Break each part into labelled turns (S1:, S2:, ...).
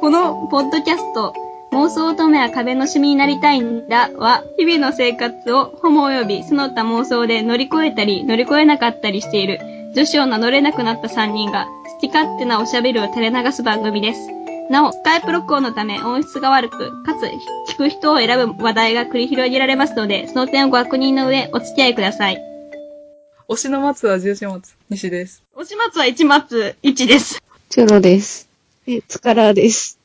S1: このポッドキャスト、妄想乙女は壁の趣味になりたいんだは、日々の生活をホモ及びその他妄想で乗り越えたり乗り越えなかったりしている、女子を名乗れなくなった3人が、好き勝手なおしゃべりを垂れ流す番組です。なお、スカイプ録音のため音質が悪く、かつ聞く人を選ぶ話題が繰り広げられますので、その点をご確認の上、お付き合いください。
S2: 推しの松は重始末、西です。
S1: おしまつは1松1です。
S3: チュロです。え、ツカラーです。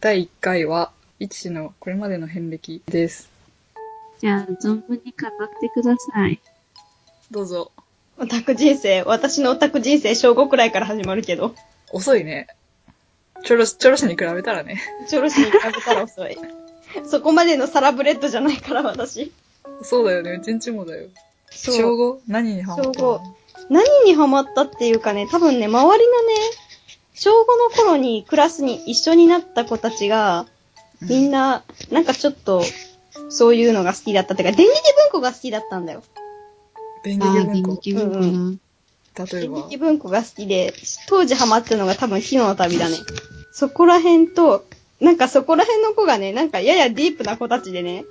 S2: 第1回は、一氏のこれまでの遍歴です。
S3: じゃあ、存分に語ってください。
S2: どうぞ。
S1: オタク人生、私のオタク人生、小5くらいから始まるけど、
S2: 遅いね。ちょろし、ちょろしに比べたらね。
S1: ちょろしに比べたら遅 い。そこまでのサラブレッドじゃないから、私。
S2: そうだよね、うちんちもだよ。
S1: そう
S2: 小5何にハマったの
S1: 小五何にハマったっていうかね、多分ね、周りのね、小5の頃にクラスに一緒になった子たちが、みんな、なんかちょっと、そういうのが好きだったっていうか、電撃文庫が好きだったんだよ。
S2: 電
S3: あー、
S2: 撃文
S3: 電
S2: 庫。
S3: 撃文庫な。
S1: う
S2: 例え
S1: 電
S2: ば
S1: 撃、文庫が好きで、当時ハマってたのが多分火の旅だね。そこら辺と、なんかそこら辺の子がね、なんかややディープな子たちでね、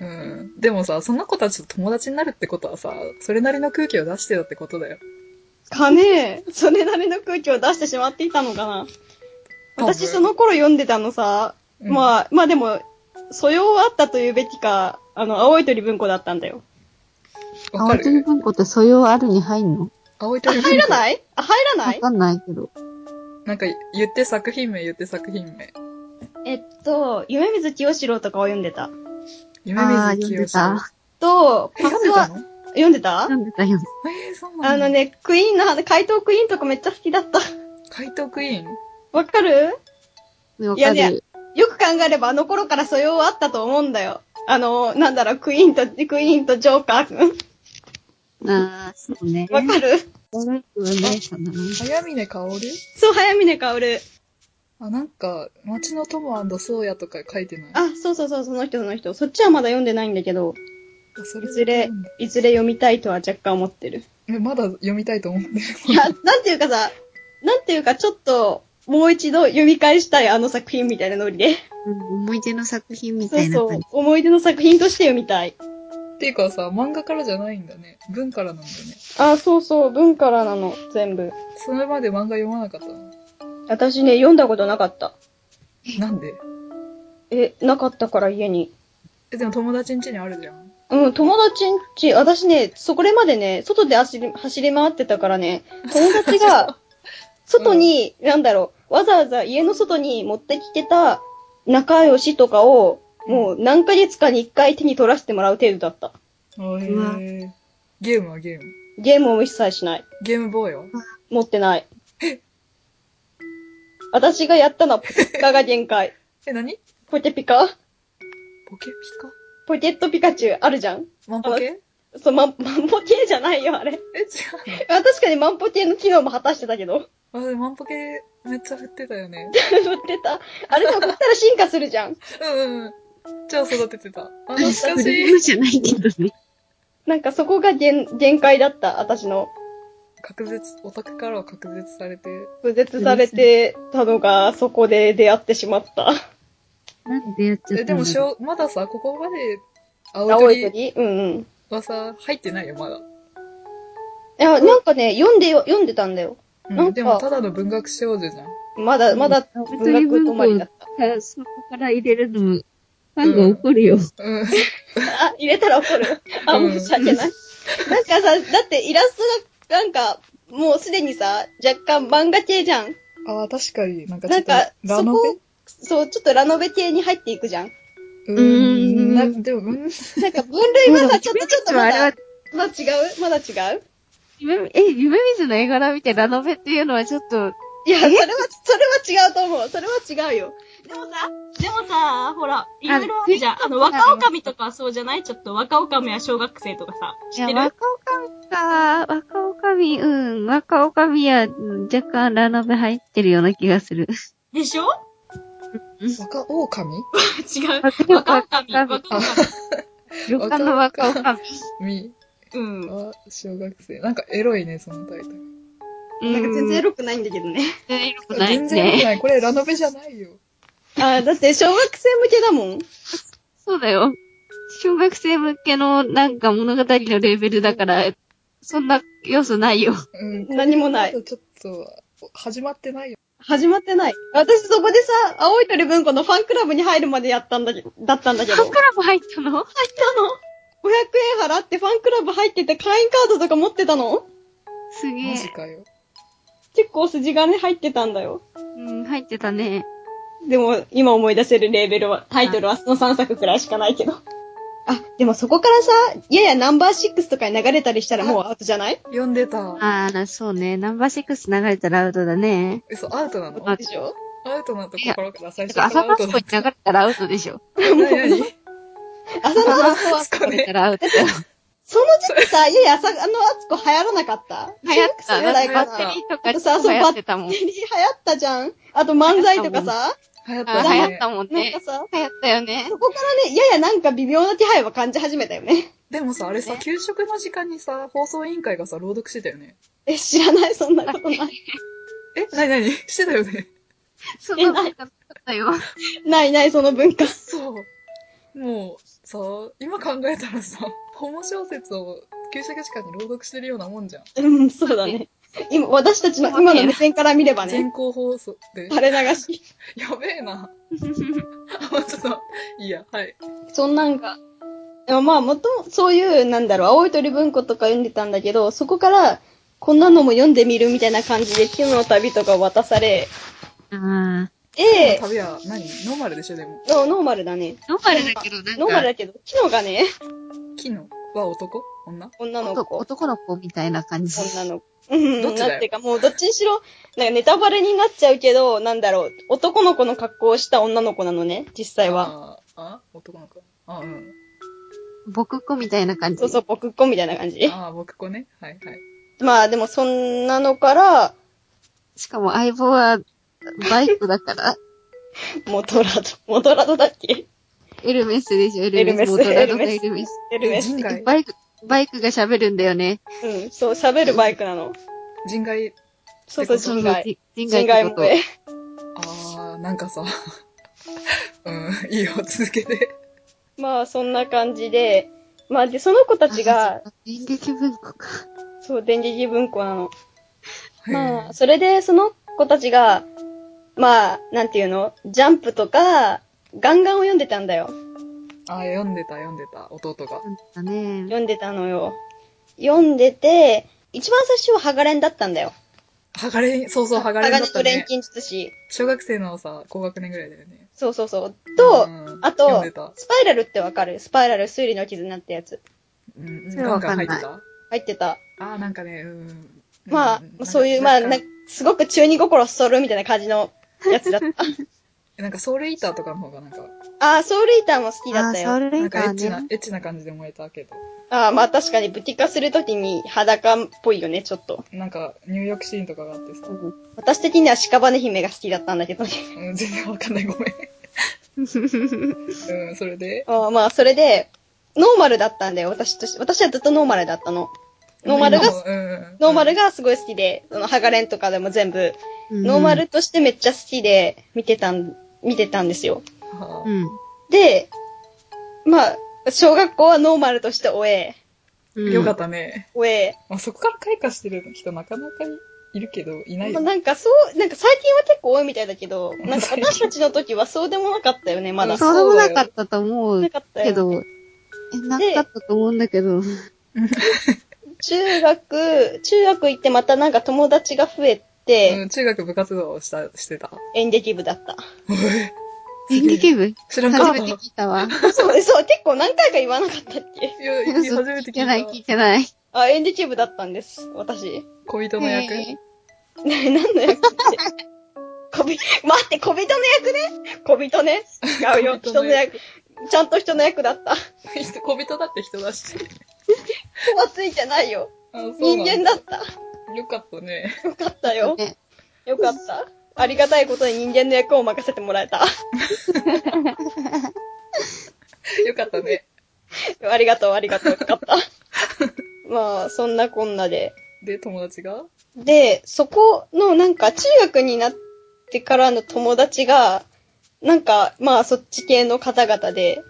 S2: うん。でもさ、その子たちと友達になるってことはさ、それなりの空気を出してたってことだよ。
S1: かねえ、それなりの空気を出してしまっていたのかな。
S2: 多分
S1: 私その頃読んでたのさ、
S2: うん
S1: まあ、まあでも、素養あったというべきか、あの、青い鳥文庫だったんだよ。
S2: わ
S3: 青
S2: か
S3: 鳥
S2: る
S3: 文庫って素養あるに入んの
S2: 青い
S1: あ、
S2: 鳥文庫
S1: 入らないあ、入らな
S3: わ
S1: い
S3: かんないけど。
S2: なんか言って作品名言って作品名。
S1: えっと、夢水清志郎とかを読んでた。
S2: 夢
S3: ああー、
S2: 水
S3: 読ん
S2: 清
S3: で
S2: 志
S3: た。
S1: と、
S2: え
S1: パ
S2: 読
S1: ス
S2: んでた
S1: は、
S2: の
S1: 読んでた
S3: 読んでた、読んで
S2: えー、そうなんだ。
S1: あのね、クイーンの話、怪盗クイーンとかめっちゃ好きだった。
S2: 怪盗クイーン
S1: わかる
S3: た。わ
S1: いや
S3: か
S1: ね
S3: る。
S1: よく考えればあの頃から素養あったと思うんだよ。あの、なんだろう、クイーンと、クイーンとジョーカーくん。
S3: ああ、そうね。
S1: わかる
S3: お姉さんだね。
S2: 早峰薫
S1: そう、早峰薫。
S2: あ、なんか、街の友そうやとか書いてない。
S1: あ、そうそうそう、その人その人。そっちはまだ読んでないんだけど、
S2: あ、そ
S1: い
S2: れ
S1: ずれ、いずれ読みたいとは若干思ってる。
S2: え、まだ読みたいと思ってる。
S1: いや、なんていうかさ、なんていうかちょっと、もう一度読み返したいあの作品みたいなノリで。
S3: うん思い出の作品み
S1: そ
S3: た
S1: う
S3: いな
S1: そ
S3: 感
S1: う
S3: じ。。
S1: 思い出の作品として読みたい。
S2: っていうかさ、漫画からじゃないんだね。文からなんだね。
S1: あ、そうそう、文からなの、全部。
S2: それまで漫画読まなかったの
S1: 私ね、読んだことなかった。
S2: なんで
S1: え、なかったから家に。
S2: え、でも友達ん家にあるじゃん。
S1: うん、友達んち、私ね、そこれまでね、外で走り、走り回ってたからね、友達が、外に、なんだろう、わざわざ家の外に持ってきてた仲良しとかを、もう何ヶ月かに一回手に取らせてもらう程度だった。
S2: あへ
S3: うわ
S2: ーゲームはゲーム。
S1: ゲームを一切しない。
S2: ゲームボーイは
S1: 持ってない。私がやったのはポケピカが限界。
S2: え、何
S1: ポケピカ
S2: ポケピカ
S1: ポケットピカチュウあるじゃん
S2: マンポケ
S1: そう、マン、マンポケじゃないよ、あれ。
S2: え、違
S1: あ確かにマンポケの機能も果たしてたけど。
S2: うの。あ、マンポケめっちゃ振ってたよね。
S1: 売ってた。あれさ、売ったら進化するじゃん。
S2: うんうん。超育ててた。あ、懐かし
S3: フレー
S2: い。
S3: ムじゃないけどね。
S1: なんかそこが限限界だった、私の。
S2: 隔絶、オタクからは隔絶されて、
S1: 拒絶されてたのが、そこで出会ってしまった。
S3: なんでやっちゃった
S2: え、
S3: ん
S2: で
S3: だろ
S2: も
S3: う
S2: しょう、まださ、ここまで、青
S1: 青い鳥
S2: 鳥
S1: うんうん。い
S2: はさ、入ってないよ、まだ。
S1: や、なんかね、読んでよ、読んでたんだよ。な
S2: うんん、
S1: か
S2: でも、ただの文学少女じゃん。
S1: まだ、まだ、文学止まりだった。
S3: あそこから入れるのも、ファンが怒るよ。
S2: うん。
S1: あ、入れたら怒る。あ、
S2: うん
S1: 申し訳ない。なんかさ、だってイラストが、なんか、もうすでにさ、若干漫画系じゃん。
S2: ああ、確かに、なんかち
S1: な
S2: ょっ
S1: ん
S2: と、
S1: か、
S2: ラ
S1: そ
S2: ノ
S1: こ、そう、ちょっとラノベ系に入っていくじゃん。
S2: ベう
S3: うーん
S2: ん。な、でも、うん。
S1: なんか分類はさ、ちょっとちょっとま
S3: あれは
S1: だ、まだ違うまだ違う
S3: 夢、え、夢水の絵柄見てラノベっていうのはちょっと、
S1: いや、それは、それは違うと思う。それは違うよ。でもさ、でもさ、ほら、いろいろあるじゃん。あの、若女将とかそうじゃないちょっと若女将や小学生とかさ、知って
S3: いや
S1: る
S3: 若女将か、若女将、うん、若女将はうん若干ラノベ入ってるような気がする。
S1: でしょ
S2: 若狼
S1: 違う。
S3: 若女
S1: 若女将、
S3: 将
S1: 若女
S3: 旅館の若女将。
S2: み、
S1: 将。うん。
S2: あ、小学生。なんか、エロいね、そのタイトル。
S3: うん
S1: なんか全然エロくないんだけどね。
S3: 全然良くない
S2: 全然良く
S3: ね。
S2: ない。これラノベじゃないよ。
S1: あーだって小学生向けだもん。
S3: そうだよ。小学生向けのなんか物語のレベルだから、そんな要素ないよ。
S2: うん。
S1: 何もない
S2: これまだちょっと、始まってないよ。
S1: 始まってない。私そこでさ、青い鳥文庫のファンクラブに入るまでやったんだけど、だったんだけど。
S3: ファンクラブ入ったの
S1: 500円払ってファンクラブ入ってて会員カードとか持ってたの
S3: すげ
S2: マジ
S3: え。
S2: かよ。
S1: 結構筋金入ってたんだよ。
S3: うん、入ってたね。
S1: でも、今思い出せるレーベルは、タイトルはその3作くらいしかないけど。あ、でもそこからさ、ややナンバー6とかに流れたりしたらもうアウトじゃない
S2: 読んでた。
S3: ああ、そうね。ナンバー6流れたらアウトだね。
S2: 嘘、アウトなの
S3: あ
S1: でしょ
S2: アウトなと心から最
S3: だ
S2: 初
S3: か
S2: から
S3: ら朝
S2: ア
S3: マ
S2: ウト
S3: スコ
S2: な
S3: に流れたらアウトでしょ。
S2: 何何
S1: 朝 のあそこは
S2: そ
S3: 流
S2: こ
S3: れた
S2: ね。
S3: らアウトだよ。
S1: その時期さ、いやいや、さあの、あつこ流行らなかった
S3: 流行
S1: 中
S3: った。
S1: 学生ぐらい
S2: 流行
S1: か
S3: バ
S2: った
S1: な。
S3: ッテリーとか超流行ってたもん。
S1: 流行ったじゃんあと漫才とかさ、
S2: 流行っ
S3: あ
S2: た
S3: ー流行っ
S2: ね。
S3: たもん
S1: なん
S3: ね
S1: か。さ、
S3: 流行ったよね。
S1: そこからね、ややなんか微妙な気配は感じ始めたよね。
S2: でもさ、あれさ、給食の時間にさ、放送委員会がさ、朗読してたよね。
S1: え、知らない、そんな ことない。
S2: え何何してたよね。
S3: そんなことなかったよ。
S1: ないない、その文化。
S2: そう。もう、さ、今考えたらさ、ホモ小説を給食時間に朗読してるようなもんじゃん。
S1: うん、そうだ ね。今、私たちの今の目線から見ればね、
S2: 人工放送で。
S1: 垂れ流 し。
S2: やべえな。あ、ちょっと、いいや、はい。
S1: そんなんが。でもまあ、もとも、そういう、なんだろう、青い鳥文庫とか読んでたんだけど、そこから、こんなのも読んでみるみたいな感じで、キムの旅とかを渡され、
S3: ああ。
S1: で、
S2: 旅は何ノーマルでしょ、でも。
S1: ノノーマルだね。
S3: ノーマルだけど、なん
S1: ノーマル
S3: か、
S1: だけど、キノがね、
S2: 木のは男女
S1: 女の
S3: 男
S1: 子、
S3: 男の子みたいな感じ。
S1: 女の子。うん、
S2: どっちだよ
S1: なんていうか、もうどっちにしろ、なんかネタバレになっちゃうけど、なんだろう、男の子の格好をした女の子なのね、実際は。
S2: ああ、男の子。あうん。
S3: 僕っ子みたいな感じ。
S1: そうそう、僕っ子みたいな感じ。
S2: ああ、僕子ね。はいはい。
S1: まあでもそんなのから、
S3: しかも相棒は、バイクだ から、
S1: モトラド、モトラドだっけ
S3: エルメスでしょ、エルメス。
S1: エルメス
S3: 元々の
S1: エ
S3: エルメス。
S1: エルメス。
S2: 人外、
S3: バイク、バイクが喋るんだよね。
S1: うん、そう、喋るバイクなの。
S2: 人外、
S1: そうそう、
S2: そ
S1: 人外。
S3: じ人
S1: 人
S3: 外
S1: 外
S3: ってこ
S1: 萌
S3: と。
S1: え。
S2: ああ、なんかさ、 うん、いいよ、続けて。
S1: まあそんな感じで、まあで、その子たちが、
S3: あ。演劇文庫か。
S1: そう、電撃文庫なの。ま
S2: へ
S1: あ、それでその子たちが、まあ、なんていうのジャンプとか、ガンガンを読んでたんだよ。
S2: ーああ、読んでた、読んでた、弟が。
S3: なんかね。
S1: 読んでたのよ。読んでて、一番最初はハガレンだったんだよ。
S2: はがれん、そうそう、はがれんだ
S1: 鋼
S2: った
S1: と錬
S2: ね。
S1: 金術師。
S2: 小学生のさ、高学年ぐらいだよね。
S1: そうそうそう。と、
S2: うん
S1: あと
S2: 読んでた。
S1: スパイラルってわかるスパイラル推理の絆ってやつ。
S2: うん、
S3: それは
S2: な
S3: わ
S2: ん
S3: か
S2: か
S3: んな
S2: 入
S3: い
S2: ってた
S1: 入ってた。
S2: ああ、なんかね、うん。
S1: まあ、
S2: ん
S1: そういう、まあ、なすごく中二心そそるみたいな感じ のやつだった。
S2: なんかソウルイーターとかの方がなんか、
S1: ああ、ソウルイーターも好きだ
S3: あ
S1: っ
S3: ー、
S1: た
S3: ソウ
S1: よ。
S3: ルレ
S2: な
S3: イ
S2: ん
S3: カ
S2: かエ
S3: ー
S2: ッチな
S3: ね、。
S2: エッチな感じで燃えたけど、
S1: ああ、まあ確かにブティ化するときに裸っぽいよね、ちょっと。
S2: なんか入浴シーンとかがあってさ、
S1: 私的には屍姫が好きだったんだけどね。
S2: うん、全然わかんない、ごめん。うん、それで、
S1: ああまあ、それで、ノーマルだったんだよ、私とし私はずっとノーマルだったの。ノーマルが、
S2: 今もうん、
S1: ノーマルがすごい好きで、その、ハガレンとかでも全部、ノーマルとしてめっちゃ好きで、見てたん、見てたんですよ。
S2: は
S3: うん。
S1: で、まあ、小学校はノーマルとして終え、
S3: う
S2: あ
S3: ん。。
S2: よかったたね。
S1: 終え、
S2: まあ、そこから開花してる人なかなかいるけど、いない
S1: まあ
S2: よ。
S1: なんかそう、なんか最近は結構多いみたいだけど、なんか私たちの時はそうでもなかったよね、まだ。
S3: そうでもなかったと思
S1: な
S3: う
S1: かった
S3: け
S1: よ。
S3: ど、え、なかったと思うんだけど。
S1: 中学、中学行ってまたなんか友達が増え
S2: う
S1: て、
S2: ん、中学部活動をした、してた。
S1: 演劇部だった。
S3: 演劇部
S2: 知らんか
S3: 初
S2: った。
S3: めて聞いたわ。
S1: そう、そう、結構何回か言わなかったっけ
S2: いや、初
S3: 嘘
S2: めて聞いた
S3: 聞いて。ない、聞いてない。
S1: あ、演劇部だったんです、私。
S2: 小人の役、
S3: へ
S1: ね何の役って。こび、待って、小人の役ね小人ね。違うよ、
S2: 小
S1: 人
S2: 人
S1: の
S2: の
S1: 役。ちゃんと人の役だった。
S2: 小人だって人だし。
S1: 人はついてないよ。
S2: あそう
S1: 人
S2: なん
S1: 間だった。
S2: よかったね。
S1: よかった
S3: ー
S1: よ。
S3: ね
S1: よかった。ありがたいことに人間の役を任せてもらえた。
S2: よかったね。
S1: ありがとう、ありがとう、よかった。まあ、そんなこんなで。
S2: で、友達が
S1: で、そこのなんか中学になってからの友達が、なんかまあそっち系の方々で、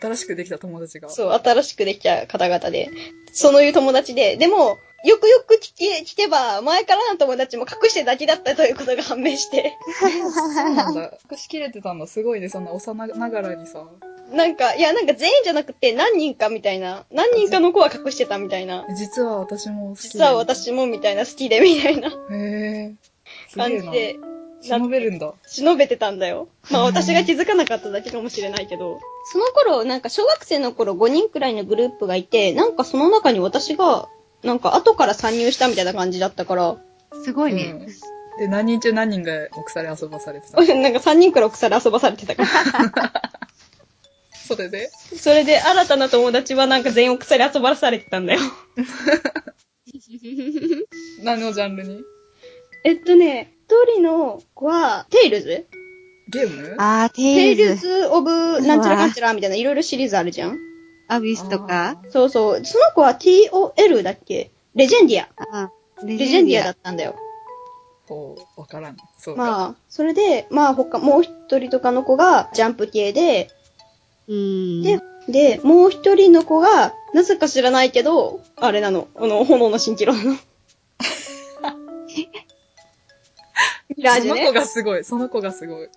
S2: 新しくできた友達が。
S1: そう、新しくできた方々で、そういう友達で、でも、よくよく聞け聞けば、前からの友達も隠してるだけだったということが判明して、
S2: そうなんだ。隠しきれてたんだ。すごいね、そんな幼ながらにさ。
S1: なんか、いや、なんか全員じゃなくて何人かみたいな、何人かの子は隠してたみたいな、
S2: 実は私も好きで
S1: 実は。私もみたいな、好きでみたいな
S2: へえ。す
S1: 感
S2: げ
S1: じ
S2: え
S1: で、
S2: な。忍べるんだ。
S1: 忍べてたんだよ。まあ
S2: うん
S1: 私が気づかなかっただけかもしれないけど。その頃、なんか小学生の頃5人くらいのグループがいて、なんかその中に私が、なんか後から参入したみたいな感じだったから、
S3: すごい
S2: うん
S3: ね。
S2: で、何人中何人が奥さんに遊ばされてたの
S1: なんか3人から腐ら遊ばされてた から。
S2: それで
S1: それで新たな友達はなんか全員腐り遊ばされてたんだよ。
S2: 何のジャンルに
S1: えっとね、一人の子は、テイルズ
S2: ゲーム
S3: あー、
S1: テ
S3: テ
S1: イ
S3: イ
S1: ル
S3: ルズ、
S1: ズ・オブ、なんちゃらかんちゃらみたいな、いろいろシリーズあるじゃん。
S3: アビスとか、
S1: そうそう。その子は TOL だっけレジェンディア。
S3: あーレ
S1: レジェンディアだったんだよ。
S2: こう、わからん。そうか。
S1: まあ、それで、まあ他、もう一人とかの子がジャンプ系で、
S3: ジェンディア。
S1: で、で、もう一人の子が、なぜか知らないけど、あれなの、あの、炎の蜃気楼 の。ミラージュ
S2: その
S1: ね。
S2: 子がすごい。その子がすごい。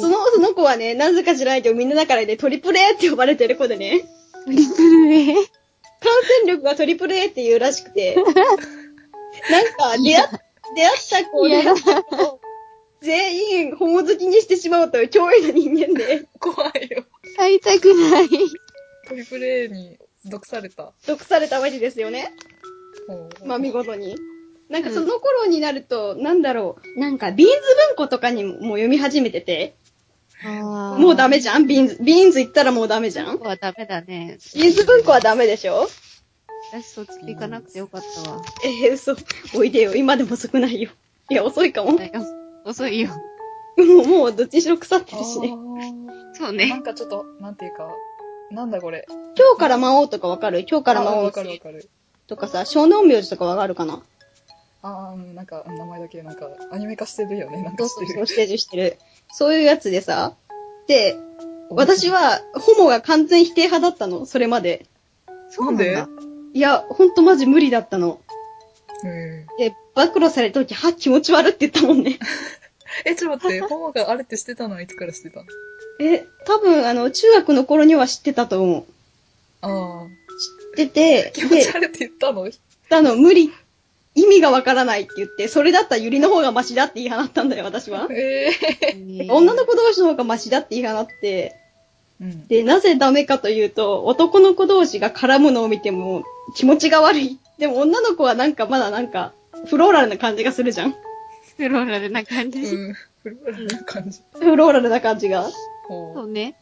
S1: その、その子はね、なぜか知らないけど、みんなの中でね、トリプル A って呼ばれてる子でね、
S3: うん。トリプル A?
S1: 感染力がトリプル A っていうらしくて、なんか、出会っ、出会った子で、全員、ホモ好きにしてしまおうという脅威の人間で、
S2: 怖いよ。
S3: 会いたくない。
S2: トリプル A に毒された。
S1: 毒されたわけですよね。
S2: ほう
S1: まあ見事に。なんかその頃になると、なんだろう、なんかビーンズ文庫とかにももう読み始めてて、も
S3: も
S1: うダメじゃんビーンズ、ビーンズ行ったらもうダメじゃん
S3: ここはダメだね。
S1: ビーンズ文庫はダメでしょ
S3: 私、そっち行かなくてよかったわ。
S1: ええ嘘。おいでよ。今でも遅くないよ。いや、遅いかも。も
S3: だよ遅いよ。
S1: う、もうどっちにしろ腐って
S2: あ
S1: るしね。
S2: ー
S3: そう
S2: な
S3: ね。
S2: んかちょっと、なんていうか、なんだこれ。
S1: 今日から魔王とかわかる今日から
S2: あ
S1: 魔
S2: わ
S1: 王
S2: かるわかる。
S1: とかさ、少年名字とかわかるかな
S2: ああ、なんか、名前だけ、なんか、アニメ化してるよね。な
S1: そ
S2: んか
S1: う
S2: し
S1: そ
S2: て
S1: う
S2: る。
S1: そう、ステージしてる。そういうやつでさ、で、私
S2: は、
S1: は、ホモが完全否定派だったの、それまで。
S3: そう
S2: なんで
S3: だ
S1: いや、ほんとマジ無理だったの。
S2: うん
S1: で、暴露された時、は気持ち悪いって言ったもん ね。
S2: え、ちょっと 待って、ホモがあるってしてたのはいつからしてたの
S1: え、多分、あの、中学の頃には知ってたと思う。
S2: ああ。
S1: 知って
S2: 気
S1: て、
S2: 持
S1: で
S2: ち、悪いって言ったの。
S1: あの、無理、意味がわからないって言って、それだったらユリの方がマシだって言い放ったんだよ、私は
S2: え え
S1: 女の子同士の方がマシだって言い放って、
S2: うん。
S1: で、なぜダメかというと、男の子同士が絡むのを見ても気持ちが悪い。でも女の子はなんかまだなんか、フローラルな感じがするじゃん。
S3: フローラルな感じ。
S2: うん。フルーラルな感じ。
S1: フローラルな感じが。
S2: ほ
S3: そう
S2: う
S3: ね。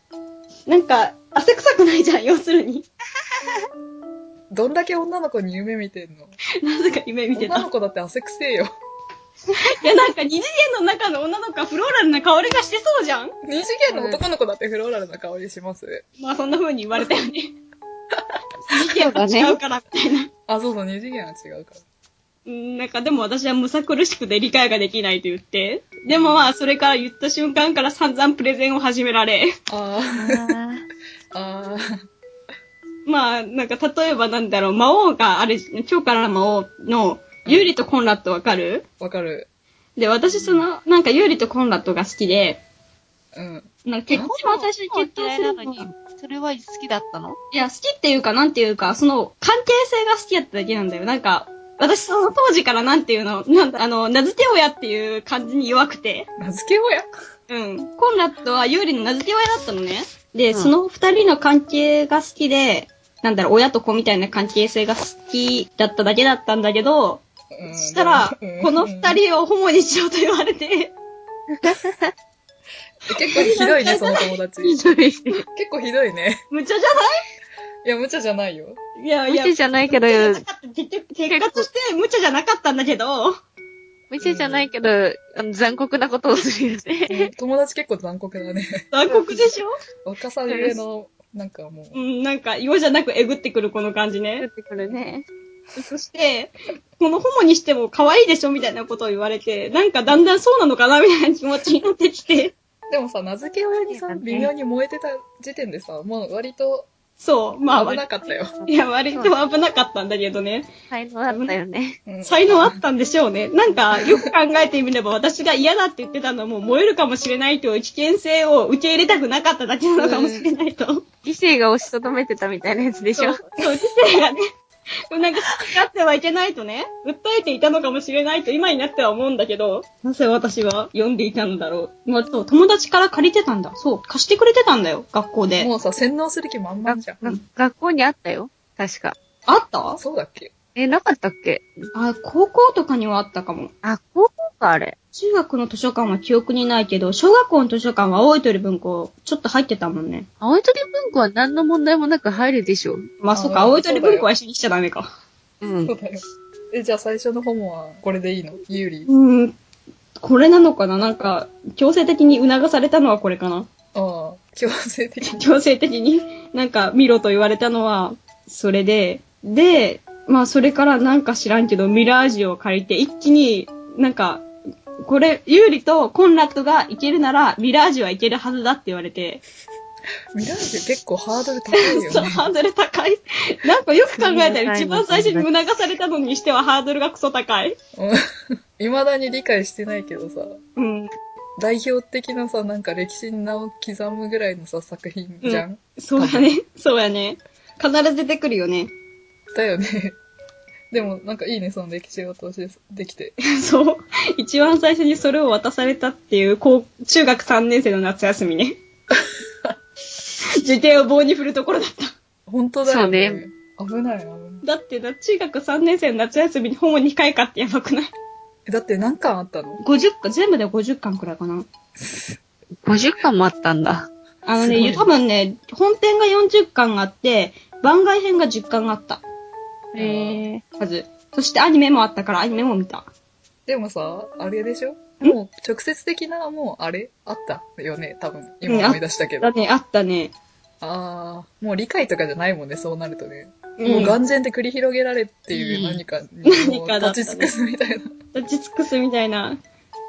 S1: なんか、汗臭くないじゃん、要するに。
S2: どんだけ女の子に夢見てんの
S1: なぜか夢見てた
S2: 女。の子だって汗くせえよ。
S1: いや、なんか二次元の中の女の子はフローラルな香りがしてそうじゃん
S2: 二次元の男の子だってフローラルな香りします。
S1: まあそんな風に言われたよね。二次
S3: そ
S1: 元
S3: うだ
S1: は
S3: ね
S1: 違うから、みたいな。
S2: あ、そうそう、二次元は違うから。
S1: うん、なんかでも私はむさ苦しくて理解ができないと言って。でもまあそれから言った瞬間から散々プレゼンを始められ。
S2: あ
S3: あ
S2: あ、あ
S1: まあなんか例えばなんだろう、魔王があれ、今日から魔王のユーリとコンラットわかる
S2: あ、わかる。
S1: で、私その、なんかユーリとコンラットが好きで、
S2: うん。
S1: なんか結一番最初に決闘
S3: 嫌
S1: す
S3: いな
S1: る
S3: の
S1: の
S3: に
S1: に。、
S3: それは好きだったの
S1: いや、好きっていうか、なんていうか、その、関係性が好きやっただけなんだよ。なんか、私その当時からなんていうの、なんだ、あの、名付け親っていう感じに弱くて。
S2: 名付け親
S1: うん。コンラッドは有利の名付け親だったのね。で、
S3: うん
S1: その二人の関係が好きで、なんだろう、親と子みたいな関係性が好きだっただけだったんだけど、
S2: うん
S1: そしたら
S2: うん、
S1: この二人をホモにしようと言われて、
S2: 結構ひどいね、その友達。結
S3: どい。
S2: 構ひどいね。
S1: 無茶じゃ
S2: いや、無茶じゃないよ。
S1: ないいやい
S3: 無
S1: や、
S3: 茶じゃないけど、
S1: 無茶じゃなかった結局結果として無茶じゃなかったんだけど、
S3: 無茶じゃないけど、あの残酷なことをするよね。
S2: うん友達結構残酷だね。
S1: 残酷でしょ
S2: 若さゆえの、なんかもう
S1: う。ん、なんか、岩じゃなくえぐってくるこの感じ
S3: やっ
S1: ね。
S3: てくるね。
S1: そして、このホモにしても可愛いでしょみたいなことを言われて、なんかだんだんそうなのかなみたいな気持ちになってきて、
S2: でもさ、名付け親にさ、微妙に燃えてた時点でさ、もう割と
S1: そう、まあ、
S2: 危なかったよ。
S1: いや、割と危なかったんだけどね。
S3: 才能あったよね。
S2: うん
S1: 才能あったんでしょうね。なんか、よく考えてみれば、私が嫌だって言ってたのはもう燃えるかもしれないという危険性を受け入れたくなかっただけなのかもしれないと。 そう、
S3: 理性が押しとどめてたみたいなやつでしょ。
S1: 理性がね、なんか、使ってはいけないとね、訴えていたのかもしれないと今になっては思うんだけど、なぜ私は読んでいたのだろう。まあ、そう、友達から借りてたんだ。そう、貸してくれてたんだよ、学校で。
S2: もうさ、洗脳する気満々じゃん。
S3: が学校にあったよ。確か。
S1: あった
S2: そうだっけ
S3: え、なかったっけ
S1: あ、高校とかにはあったかも。
S3: あ、高校か、あれ。
S1: 中学の図書館は記憶にないけど、小学校の図書館は青い鳥文庫、ちょっと入ってたもんね。
S3: 青い鳥文庫は何の問題もなく入るでしょ。
S1: まあ、
S2: あ
S1: そっか、青い鳥文庫は一緒にしちゃダメか。
S3: うん
S2: そう。だよ。 え、じゃあ最初のホモはこれでいいの有利。
S1: うーん、これなのかななんか、強制的に促されたのはこれかな
S2: ああ、強制的に。
S1: 強制的に、なんか、見ろと言われたのは、それで、で、まあ、それからなんか知らんけど、ミラージュを借りて、一気になんか、これ、ユーリとコンラッドがいけるなら、ミラージュはいけるはずだって言われて、
S2: ミラージュ結構ハードル高いよ
S1: そう、
S2: ね。
S1: ハードル高い。 なんかよく考えたら、
S3: そ
S1: 一
S3: んな高いの
S1: 番最初に促されたのにしてはハードルがクソ高い。
S2: いまだに理解してないけどさ、
S1: うん。
S2: 代表的なさ、なんか歴史に名を刻むぐらいのさ、作品じゃん、
S1: そうやね。そうやね。必ず出てくるよね。
S2: だよね。 でも、なんかいいね、その歴史を通しできて。
S1: そう。一番最初にそれを渡されたっていう、こう、中学3年生の夏休み ね。受験を棒に振るところだった。
S2: 本当だよね。危ない、危ない。
S1: だってな、中学3年生の夏休みにホモ2回かってやばくない
S2: えだって何巻あったの
S1: ?50 巻、全部で50巻くらいかな。
S3: 50巻もあったんだ。
S1: あの
S2: すごい
S1: ね、
S2: ね
S1: 多分ね、本編が40巻あって、番外編が10巻あった。
S2: へ
S3: え。
S1: はず。そしてアニメもあったからアニメも見た。
S2: でもさ、あれでしょもう直接的な、もうあれあったよね、多分。今思い出したけど。
S1: だ
S2: あ
S1: ね、あったね。
S2: あー、もう理解とかじゃないもんね、そうなるとね。も
S1: う。
S2: うん眼前で繰り広げられっていう何かに、もう
S1: 何かだったね
S2: 立ち尽くすみたいな。
S1: 立ち尽くすみたいな。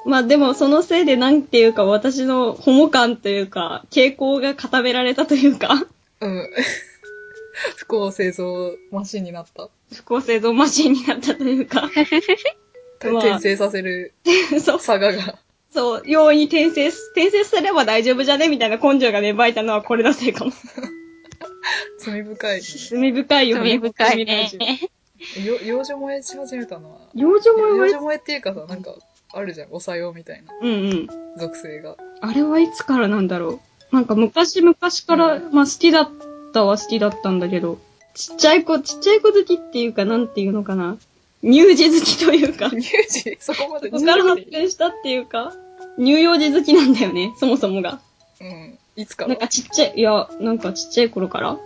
S1: まあでもそのせいでなんていうか私のホモ感というか、傾向が固められたというか、
S2: うん。 不幸製造マシンになった。
S1: 不幸製造マシンになったという か、うわ
S2: 転生させる
S1: そう、
S2: 佐賀が。
S1: そう、容易に転生す、転生すれば大丈夫じゃねみたいな根性が芽生えたのはこれのせ いかも。
S2: 罪深い、
S1: 罪深いよね。
S3: 罪深いね
S1: 罪。
S2: ね。よ、幼女燃えし始めたのは。
S1: 幼女も言わ
S2: 幼
S1: れ
S2: 女燃えっていうかさ、なんか、あるじゃん、おさようみたいな
S1: うんうん。
S2: 属性 が。
S1: あれはいつからなんだろう。なんか昔々から、まあ好きだったは好きだったんだけど、ちっちゃい子、ちっちゃい子好きっていうか、なんていうのかな。乳児好きという か、
S2: 乳児そこまで
S1: そこから発展したっていうか、乳幼児好きなんだよね、そもそもが。
S2: うん。いつか
S1: なん
S2: ら。
S1: かちっちゃい、いや、なんかちっちゃい頃から。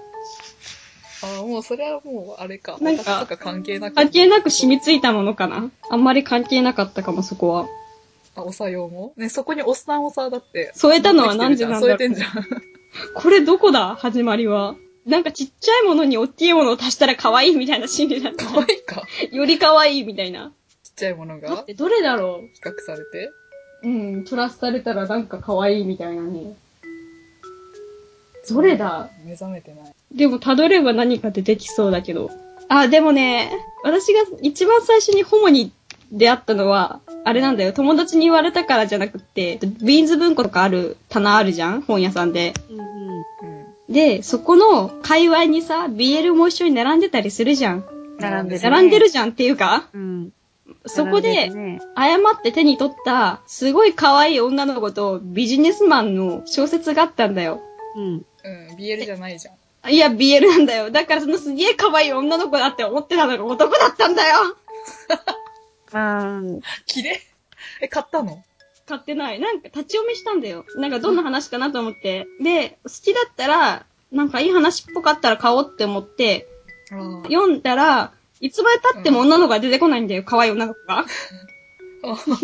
S2: あ、もうそれはもう、あれか。
S1: なんか
S2: 私とか関係なく。
S1: 関係なく染みついたものかな。あんまり関係なかったかも、そこは。
S2: あ、おさようもね、そこにおっさんをさ、だって。
S1: 添えたのはなんでなんだろ
S2: 添えてん
S1: う。
S2: じゃん。
S1: これどこだ始まりは。なんかちっちゃいものに大きいものを足したら可愛いみたいな心理だった。
S2: 可愛いか。
S1: より可愛いみたいな。
S2: ちっちゃいもの
S1: だっ
S2: が
S1: てどれだろ
S2: 比較されて。
S1: ううん、プラスされたらなんか可愛いみたいなね。どれだ
S2: 目覚めてない。
S1: でも、たどれば何か出てきそうだけど。あ、でもね、私が一番最初にホモに出会ったのは、あれなんだよ、友達に言われたからじゃなくって、ビーンズ文庫とかある棚あるじゃん本屋さんで。
S3: うんうん
S2: うん。
S1: で、そこの界隈にさ、BL も一緒に並んでたりするじゃん。
S3: 並んでるね
S1: 並んでるじゃんっていうか、
S3: うん。
S1: そこで
S3: 並ん、るね
S1: 誤って手に取った、すごい可愛い女の子とビジネスマンの小説があったんだよ。
S3: うん。
S2: うん、BL じゃないじゃん。
S1: いや、BL なんだよ。だからそのすげえ可愛い女の子だって思ってたのが男だったんだよ
S3: まあ、
S2: 綺麗え、買ったの
S1: 買ってない。なんか立ち読みしたんだよ。なんかどんな話かなと思って。で、好きだったら、なんかいい話っぽかったら買おうって思って、
S2: あー
S1: 読んだら、いつまで経っても女の子が出てこないんだよ。可愛い女の子 が。
S2: あ。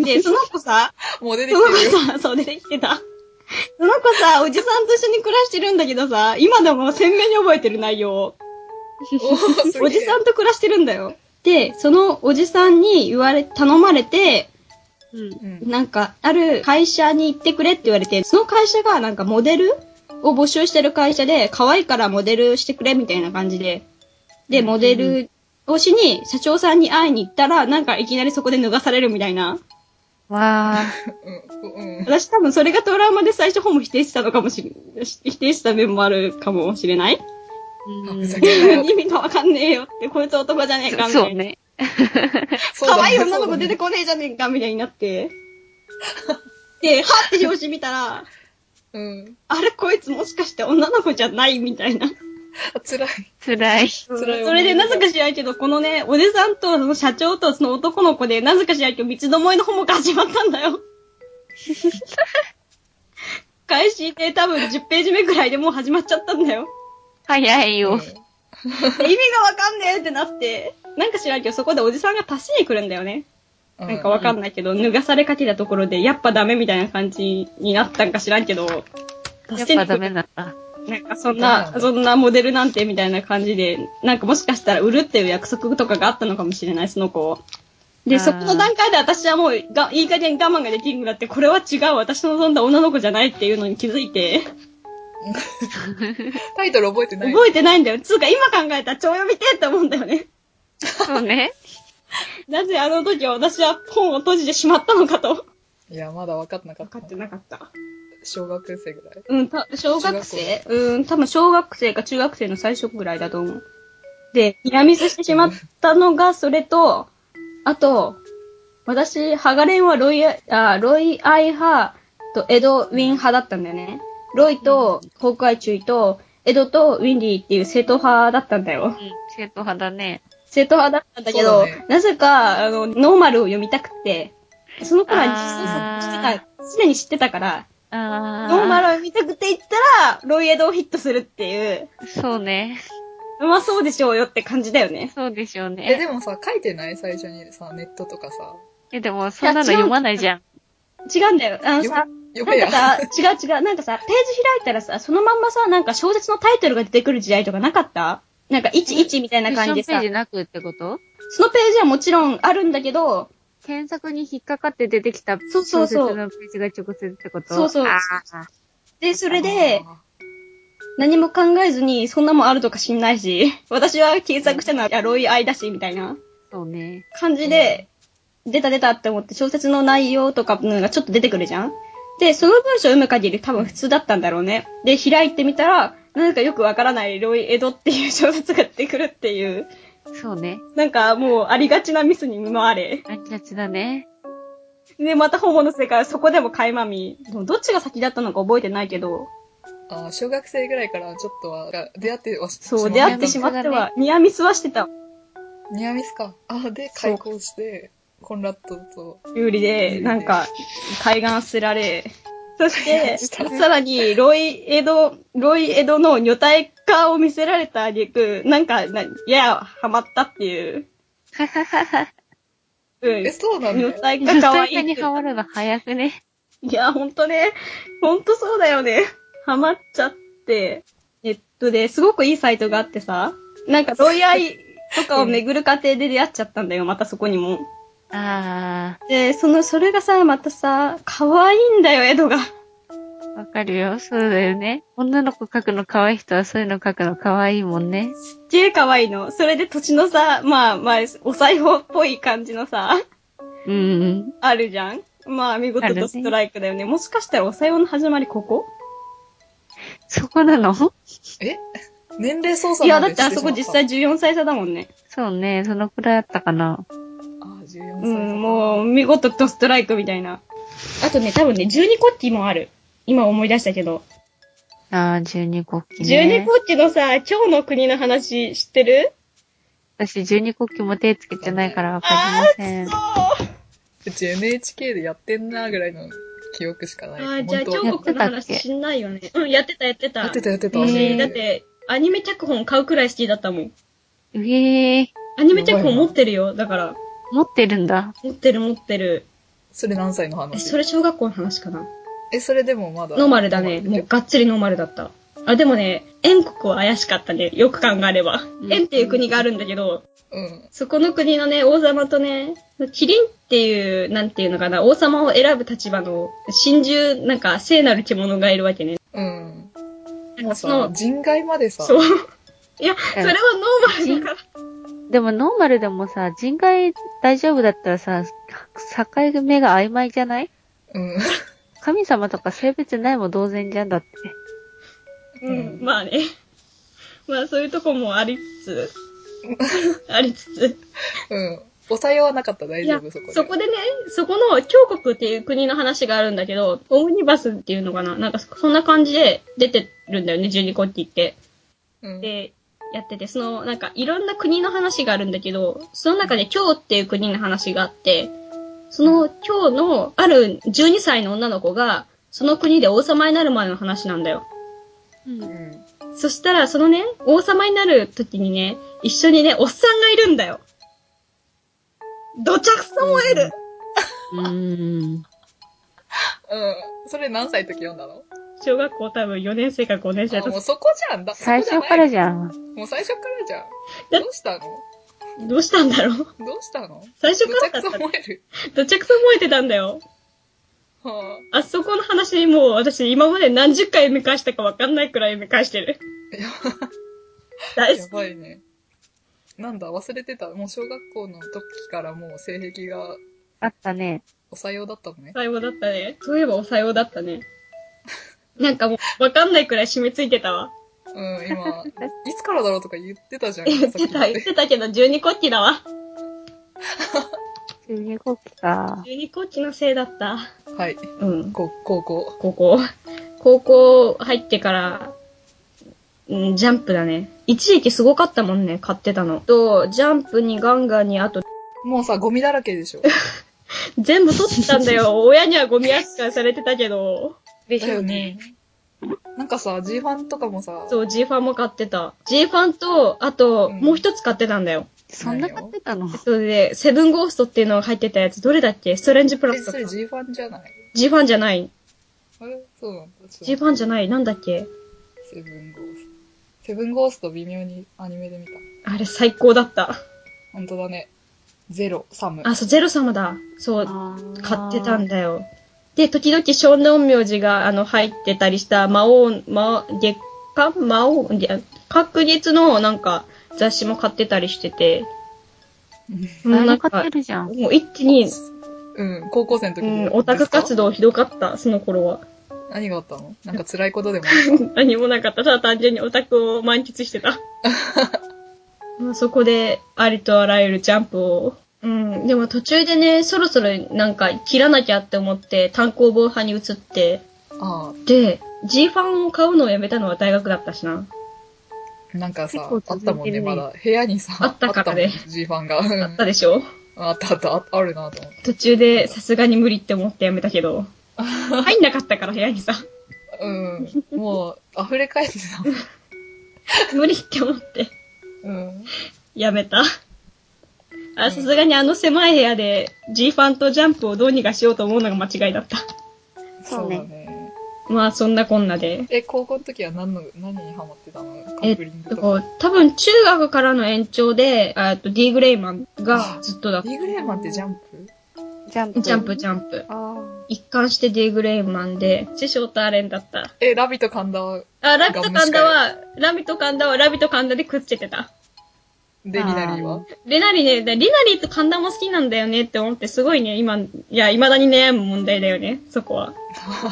S1: で、その子さ、
S2: も う出て
S1: そ
S2: き
S1: の
S2: てるよ。
S1: 子さ、そう出てきてた。その子さ、おじさんと一緒に暮らしてるんだけどさ、今でも鮮明に覚えてる内容を。
S2: おーすげえ
S1: おじさんと暮らしてるんだよ。って、そのおじさんに言われ、頼まれて、
S3: うん。
S2: うん。
S1: なんか、ある会社に行ってくれって言われて、その会社がなんかモデルを募集してる会社で、可愛いからモデルしてくれみたいな感じで、で、モデルをしに、社長さんに会いに行ったら、なんかいきなりそこで脱がされるみたいな。
S3: わあ。
S2: うん。うん。
S1: 私多分それがトラウマで最初本も否定してたのかもしれ、 否定してた面もあるかもしれない。
S2: あ
S3: う
S2: ふざ
S3: ん、
S2: けんなよ
S1: 意味がわかんねえよって、こいつ男じゃねえかみたいな。
S3: そうね。
S2: そうだね
S1: 可愛い女の子出てこねえじゃねえかみたいになって。で、はって表紙見たら、
S2: うん。
S1: あれこいつもしかして女の子じゃないみたいな。
S2: あ辛い。
S3: 辛い。
S2: 辛い思い
S1: それでなぜか知らんけど、このね、おじさんとその社長とその男の子で、なぜか知らんけど、三つどもえのホモが始まったんだ よ。開始で多分10ページ目くらいでもう始まっちゃったんだよ。
S3: 早いよ。
S1: で意味がわかんねえってなって、なんか知らんけど、そこでおじさんが足しに来るんだよね。
S2: う
S1: なんかわかんないけど、脱がされかけたところで、やっぱダメみたいな感じになったんか知らんけど、
S3: やっぱダメだった。
S1: なんかそん
S2: ダメ
S1: な、
S2: なの
S1: そんなモデルなんてみたいな感じで、なんかもしかしたら売るっていう約束とかがあったのかもしれない、その子を。
S3: あ
S1: で、
S3: ー
S1: そこの段階で私はもうが、いい加減我慢ができるんだって、これは違う、私の望んだ女の子じゃないっていうのに気づいて、
S2: タイトル覚えてない。
S1: 覚えてないんだよ。つうか今考えたら超読みてえって思うんだよね。
S3: そうね。
S1: なぜあの時は私は本を閉じてしまったのかと。
S2: いや、まだ分かってなか
S1: 分
S2: っ
S1: か
S2: た
S1: っ。てなかった。
S2: 小学生ぐらい。
S1: うん、た小学生うん、多分小学生か中学生の最初ぐらいだと思う。で、ニラミスしてしまったのが、それと、あと、私、ハガレンはロイア、あロイアイ派とエド・ウィン派だったんだよね。ロイと、ホークアイ注意と、エドとウィンディっていう正統派だったんだよ
S3: うん。、生徒派だね。
S1: 正統派だったんだけど、
S2: そうだね
S1: なぜか、あの、ノーマルを読みたくて、その頃は実
S3: あー
S1: は知ってた、すでに知ってたから、
S3: ああ。
S1: ノーマルを読みたくて言ったら、ロイエドをヒットするっていう、
S3: そうね。
S1: うまそうでしょうよって感じだよね。
S3: そうでしょうね。
S2: え、でもさ、書いてない最初にさ、ネットとかさ。
S3: え、でも、そんなの読まないじゃん。
S1: 違うんだよ。あの
S2: よ
S1: さ、
S2: よ
S1: な
S2: か
S1: ん
S2: や
S1: か。さ、違う違う、なんかさ、ページ開いたらさ、そのまんまさ、なんか小説のタイトルが出てくる時代とかなかったなんか、11みたいな
S3: ミッシ
S1: 感
S3: ョン
S1: じ
S3: ペ
S1: でさ
S3: ー、ジなくってこと
S1: そのページはもちろんあるんだけど、
S3: 検索に引っかかって出てきた
S1: そうそう
S3: 小説
S1: そう
S3: のページが直接ってこと
S1: そうそう
S3: あ
S1: で、そ
S2: そ
S1: れで、何も考えずに、そんなもんあるとか知んないし、私は検索したのは、いやロイアイだし、みたいな。
S3: ーそうね。
S1: 感じで、出た出たって思って小説の内容とかのがちょっと出てくるじゃんで、その文章を読む限り多分普通だったんだろうね。で、開いてみたら、なんかよくわからないロイ・エドっていう 小説が出てくるっていう、
S3: そうね。
S1: なんかもうありがちなミスに見舞われ。
S3: ありがちだ ね。
S1: で、またホモの世界はそこでも垣間見。でもどっちが先だったのか覚えてないけど、
S2: あー小学生ぐらいからちょっとは、が出会ってはし
S1: そう、
S2: ま
S1: 出
S2: った
S1: 会ってしまっては、ニアミスはしてた。
S2: ニアミスか。あ、で、開校して、コンラッドと、
S1: 有利で、なんか、海岸すられ、そし
S2: 海
S1: て、
S2: 岸した
S1: さらに、ロイ・エド、ロイ・エドの女体化を見せられた挙句、なんか、なやや、ハマったっていう。うん
S2: え、。そうなんだ
S1: 女
S2: よ。
S1: 体化
S3: 女
S1: 可愛
S3: 体
S1: い
S3: 化
S1: って
S3: にハマるの早くね。
S1: いや、ほんとね。ほんとそうだよね。ハマっちゃって、ネットですごくいいサイトがあってさ、なんか、ロイアイとかを巡る過程で出会っちゃったんだよ、またそこにも。
S3: あ
S1: で、その、それがさ、またさ、可愛いんだよ、エドが。
S3: あ、わかるよ。そうだよね。女の子描くの可愛い人はそういうの描くの可愛いもんね。
S1: すっげえ可愛いの。それで土地のさ、まあまあ、お裁縫っぽい感じのさ、
S3: うん。
S1: あるじゃんまあ、見事とストライクだよね。もしかしたらお裁縫の始まりここ
S3: そこなの
S2: え年齢操作
S1: いや、
S2: ま
S1: だ
S2: で
S1: っ
S2: してま
S1: あ
S2: た
S1: そこ実際。14歳差だもんね。
S3: そうね。そのくらいあったかな。
S2: あー、14歳。
S1: うん、もう、見事とストライクみたいな。あとね、多分ね、12コッティもある。今思い出したけど。
S3: ああ、十二国旗
S1: 12
S3: ね。
S1: コッティのさ、蝶の国の話知ってる
S3: 私、十二国旗も手つけてないからわかりません。
S2: うち NHK でやってんなぐらいの記憶しかない。
S1: ああ、じゃあ、
S2: 本当
S1: 蝶の国の話知んないよね。うん、やってた、やってた。
S2: やってたやってた。
S1: うんだって、アニメ脚本買うくらい好きだったもん。
S3: ええー、
S1: アニメ脚本持ってるよ。だから、
S3: 持ってるんだ。
S1: 持ってる持ってる。
S2: それ何歳の
S1: え、
S2: 話
S1: それ小学校の話かな。
S2: え、それでもまだ。
S1: ノーマルだね。もう
S2: う。
S1: がっつりノーマルだった。あ、でもね、円国は怪しかったね。よく考えれば。円っていう国があるんだけど、
S2: うん。
S1: そこの国のね、王様とね、キリンっていう、なんていうのかな、王様を選ぶ立場の、真珠、なんか、聖なる獣がいるわけね。
S2: うん。
S1: なん
S2: もう
S1: かそ
S2: さ、
S1: の、
S2: 人外までさ、
S1: そう。いや、それはノーマルだから。
S3: でもノーマルでもさ、人外大丈夫だったらさ、境目が曖昧じゃない
S2: うん。
S3: 神様とか性別ないも同然じゃんだって。
S1: う
S2: うん
S1: ん、まあね。まあ、そういうとこもあり つつ、ありつつ。
S2: うん。抑えようはなかった、大
S1: い
S2: 丈
S1: や
S2: 夫、そこで。
S1: そこでね、そこの峡国っていう国の話があるんだけど、オムニバスっていうのかななんかそんな感じで出てるんだよね、12個って言って。
S2: うん、
S1: で、やってて、その、なんかいろんな国の話があるんだけど、その中で京っていう国の話があって、その京のある12歳の女の子が、その国で王様になるまでの話なんだよ。
S3: うん
S2: うん。
S1: そしたら、そのね、王様になる時にね、一緒にね、おっさんがいるんだよ。どちゃくそ燃える、
S3: うん。
S2: うん。それ何歳の時読んだの
S1: 小学校多分4年生か5年生
S2: あ
S1: だ
S2: もう
S1: と。
S2: そこじゃんだ。
S3: 最
S2: そこ
S3: 初
S2: じゃ
S3: か
S2: な
S3: ら
S2: い
S3: じゃん。
S2: もう最初からじゃん。
S1: だ
S2: どうしたの
S1: どうしたんだろう
S2: どうしたの
S1: 最初
S2: むち
S1: から
S2: ゃ
S1: だ
S2: くち
S1: った
S2: ゃ
S1: ね。
S2: 燃える。
S1: どちゃくそ燃えてたんだよ。
S2: は
S1: あそこの話、もう私今まで何十回見返したかわかんないくらい見返してる。
S2: あ、
S1: 大
S2: や
S1: 好き。
S2: ばいね。なんだ、忘れてた。もう小学校の時からもう性癖が
S3: あったね。
S2: おさようだったのね。
S1: 最後だったね。そういえばおさようだった ね。なんかもう、わかんないくらい染みついてたわ。
S2: うん、 今、いつからだろうとか言ってたじゃん。
S1: 言ってた、言ってたけど、十二国旗だわ。
S3: 12号機か。
S1: 十二国旗のせいだった。
S2: はい。
S1: うん。
S2: こ高校。
S1: 高校。高校入ってから、うん、ジャンプだね。一時期すごかったもんね、買ってたの。と、ジャンプにガンガンに、あと、
S2: もうさ、ゴミだらけでしょ。
S1: 全部取ってたんだよ。親にはゴミ扱いされてたけど。
S3: で
S2: だよ。ね。なんかさ、G ファンとかもさ、
S1: そう、G ファンも買ってた。G ファンと、あと、
S2: うん
S1: もう一つ買ってたんだよ。
S3: そんな買ってたの
S1: それで、セブンゴーストっていうのが入ってたやつ、どれだっけストレンジプラ
S2: え、
S1: スだ
S2: そ
S1: った
S2: れ。G ファンじゃない
S1: G ファンじゃない。
S2: あれそうなんだ。
S1: G
S2: セ
S1: ファンじゃない。なんだっけ
S2: ブンゴースト。セブンゴースト微妙にアニメで見た。
S1: あれ最高だった。
S2: ほんとだね。ゼロ、サム。
S1: あ、そう、ゼロ様だ。そう、買
S3: 買
S1: ってたんだよ。で、時々少年陰陽師が、あの、入ってたりした、魔王、魔王、月刊魔王、月確月の、なんか、雑誌も買ってたりしてて、もう
S3: 何
S1: なん
S3: 買っ
S1: か
S3: て、るじゃん。
S1: もう一気に、
S2: うん、高校生の
S1: う
S2: 時に
S1: ん、オタク活動ひどかった、その頃は。
S2: 何があったのなんか辛いことでもあっ
S1: 何もなかった。ただ単純にオタクを満喫して た。まあそこで、ありとあらゆるジャンプを。うん。でも途中でね、そろそろなんか切らなきゃって思って、単行本派に移って、
S2: たあ
S1: で、G ファンを買うのをやめたのは大学だったしな。
S2: あ、なんかさ、
S3: 結構
S2: あっ
S3: 続いてる
S2: た
S3: ね
S2: もんね、まだ。部屋にさ、
S1: あったからね
S2: あったもん G ファンが。うん
S1: あったでしょ
S2: あったあった、ああるなと思って。
S1: 途中でさすがに無理って思ってやめたけど。入んなかったから部屋にさ。
S2: うん。もう、溢れ返ってた。
S1: 無理って思って
S2: うん。
S1: やめた。
S2: う
S1: あ、
S2: ん
S1: さすがにあの狭い部屋で G ファンとジャンプをどうにかしようと思うのが間違いだった。
S3: そうね
S2: だね。
S1: まあそんなこんなで。
S2: え、高校の時は何の、何にハマってたのカ
S1: え
S2: ッ
S1: っ
S2: プリングとか。
S1: と、多分中学からの延長で、あと D グレイマンがずっとだった。
S2: リーグレーマンってジャンプ
S3: ジャンプ。
S1: ジャンプジャンプ。
S2: ああ。
S1: 一貫して D グレイマンで、師匠とアレンだった。
S2: え、ラビと神田は
S1: あ、ラビと神田は、ラビと神田はラビと神田でくっつけてた。
S2: デリナリーは
S1: レナリね、だリナリと神田も好きなんだよねって思って、すごいね、今、いや、未だに悩む問題だよね、そこは。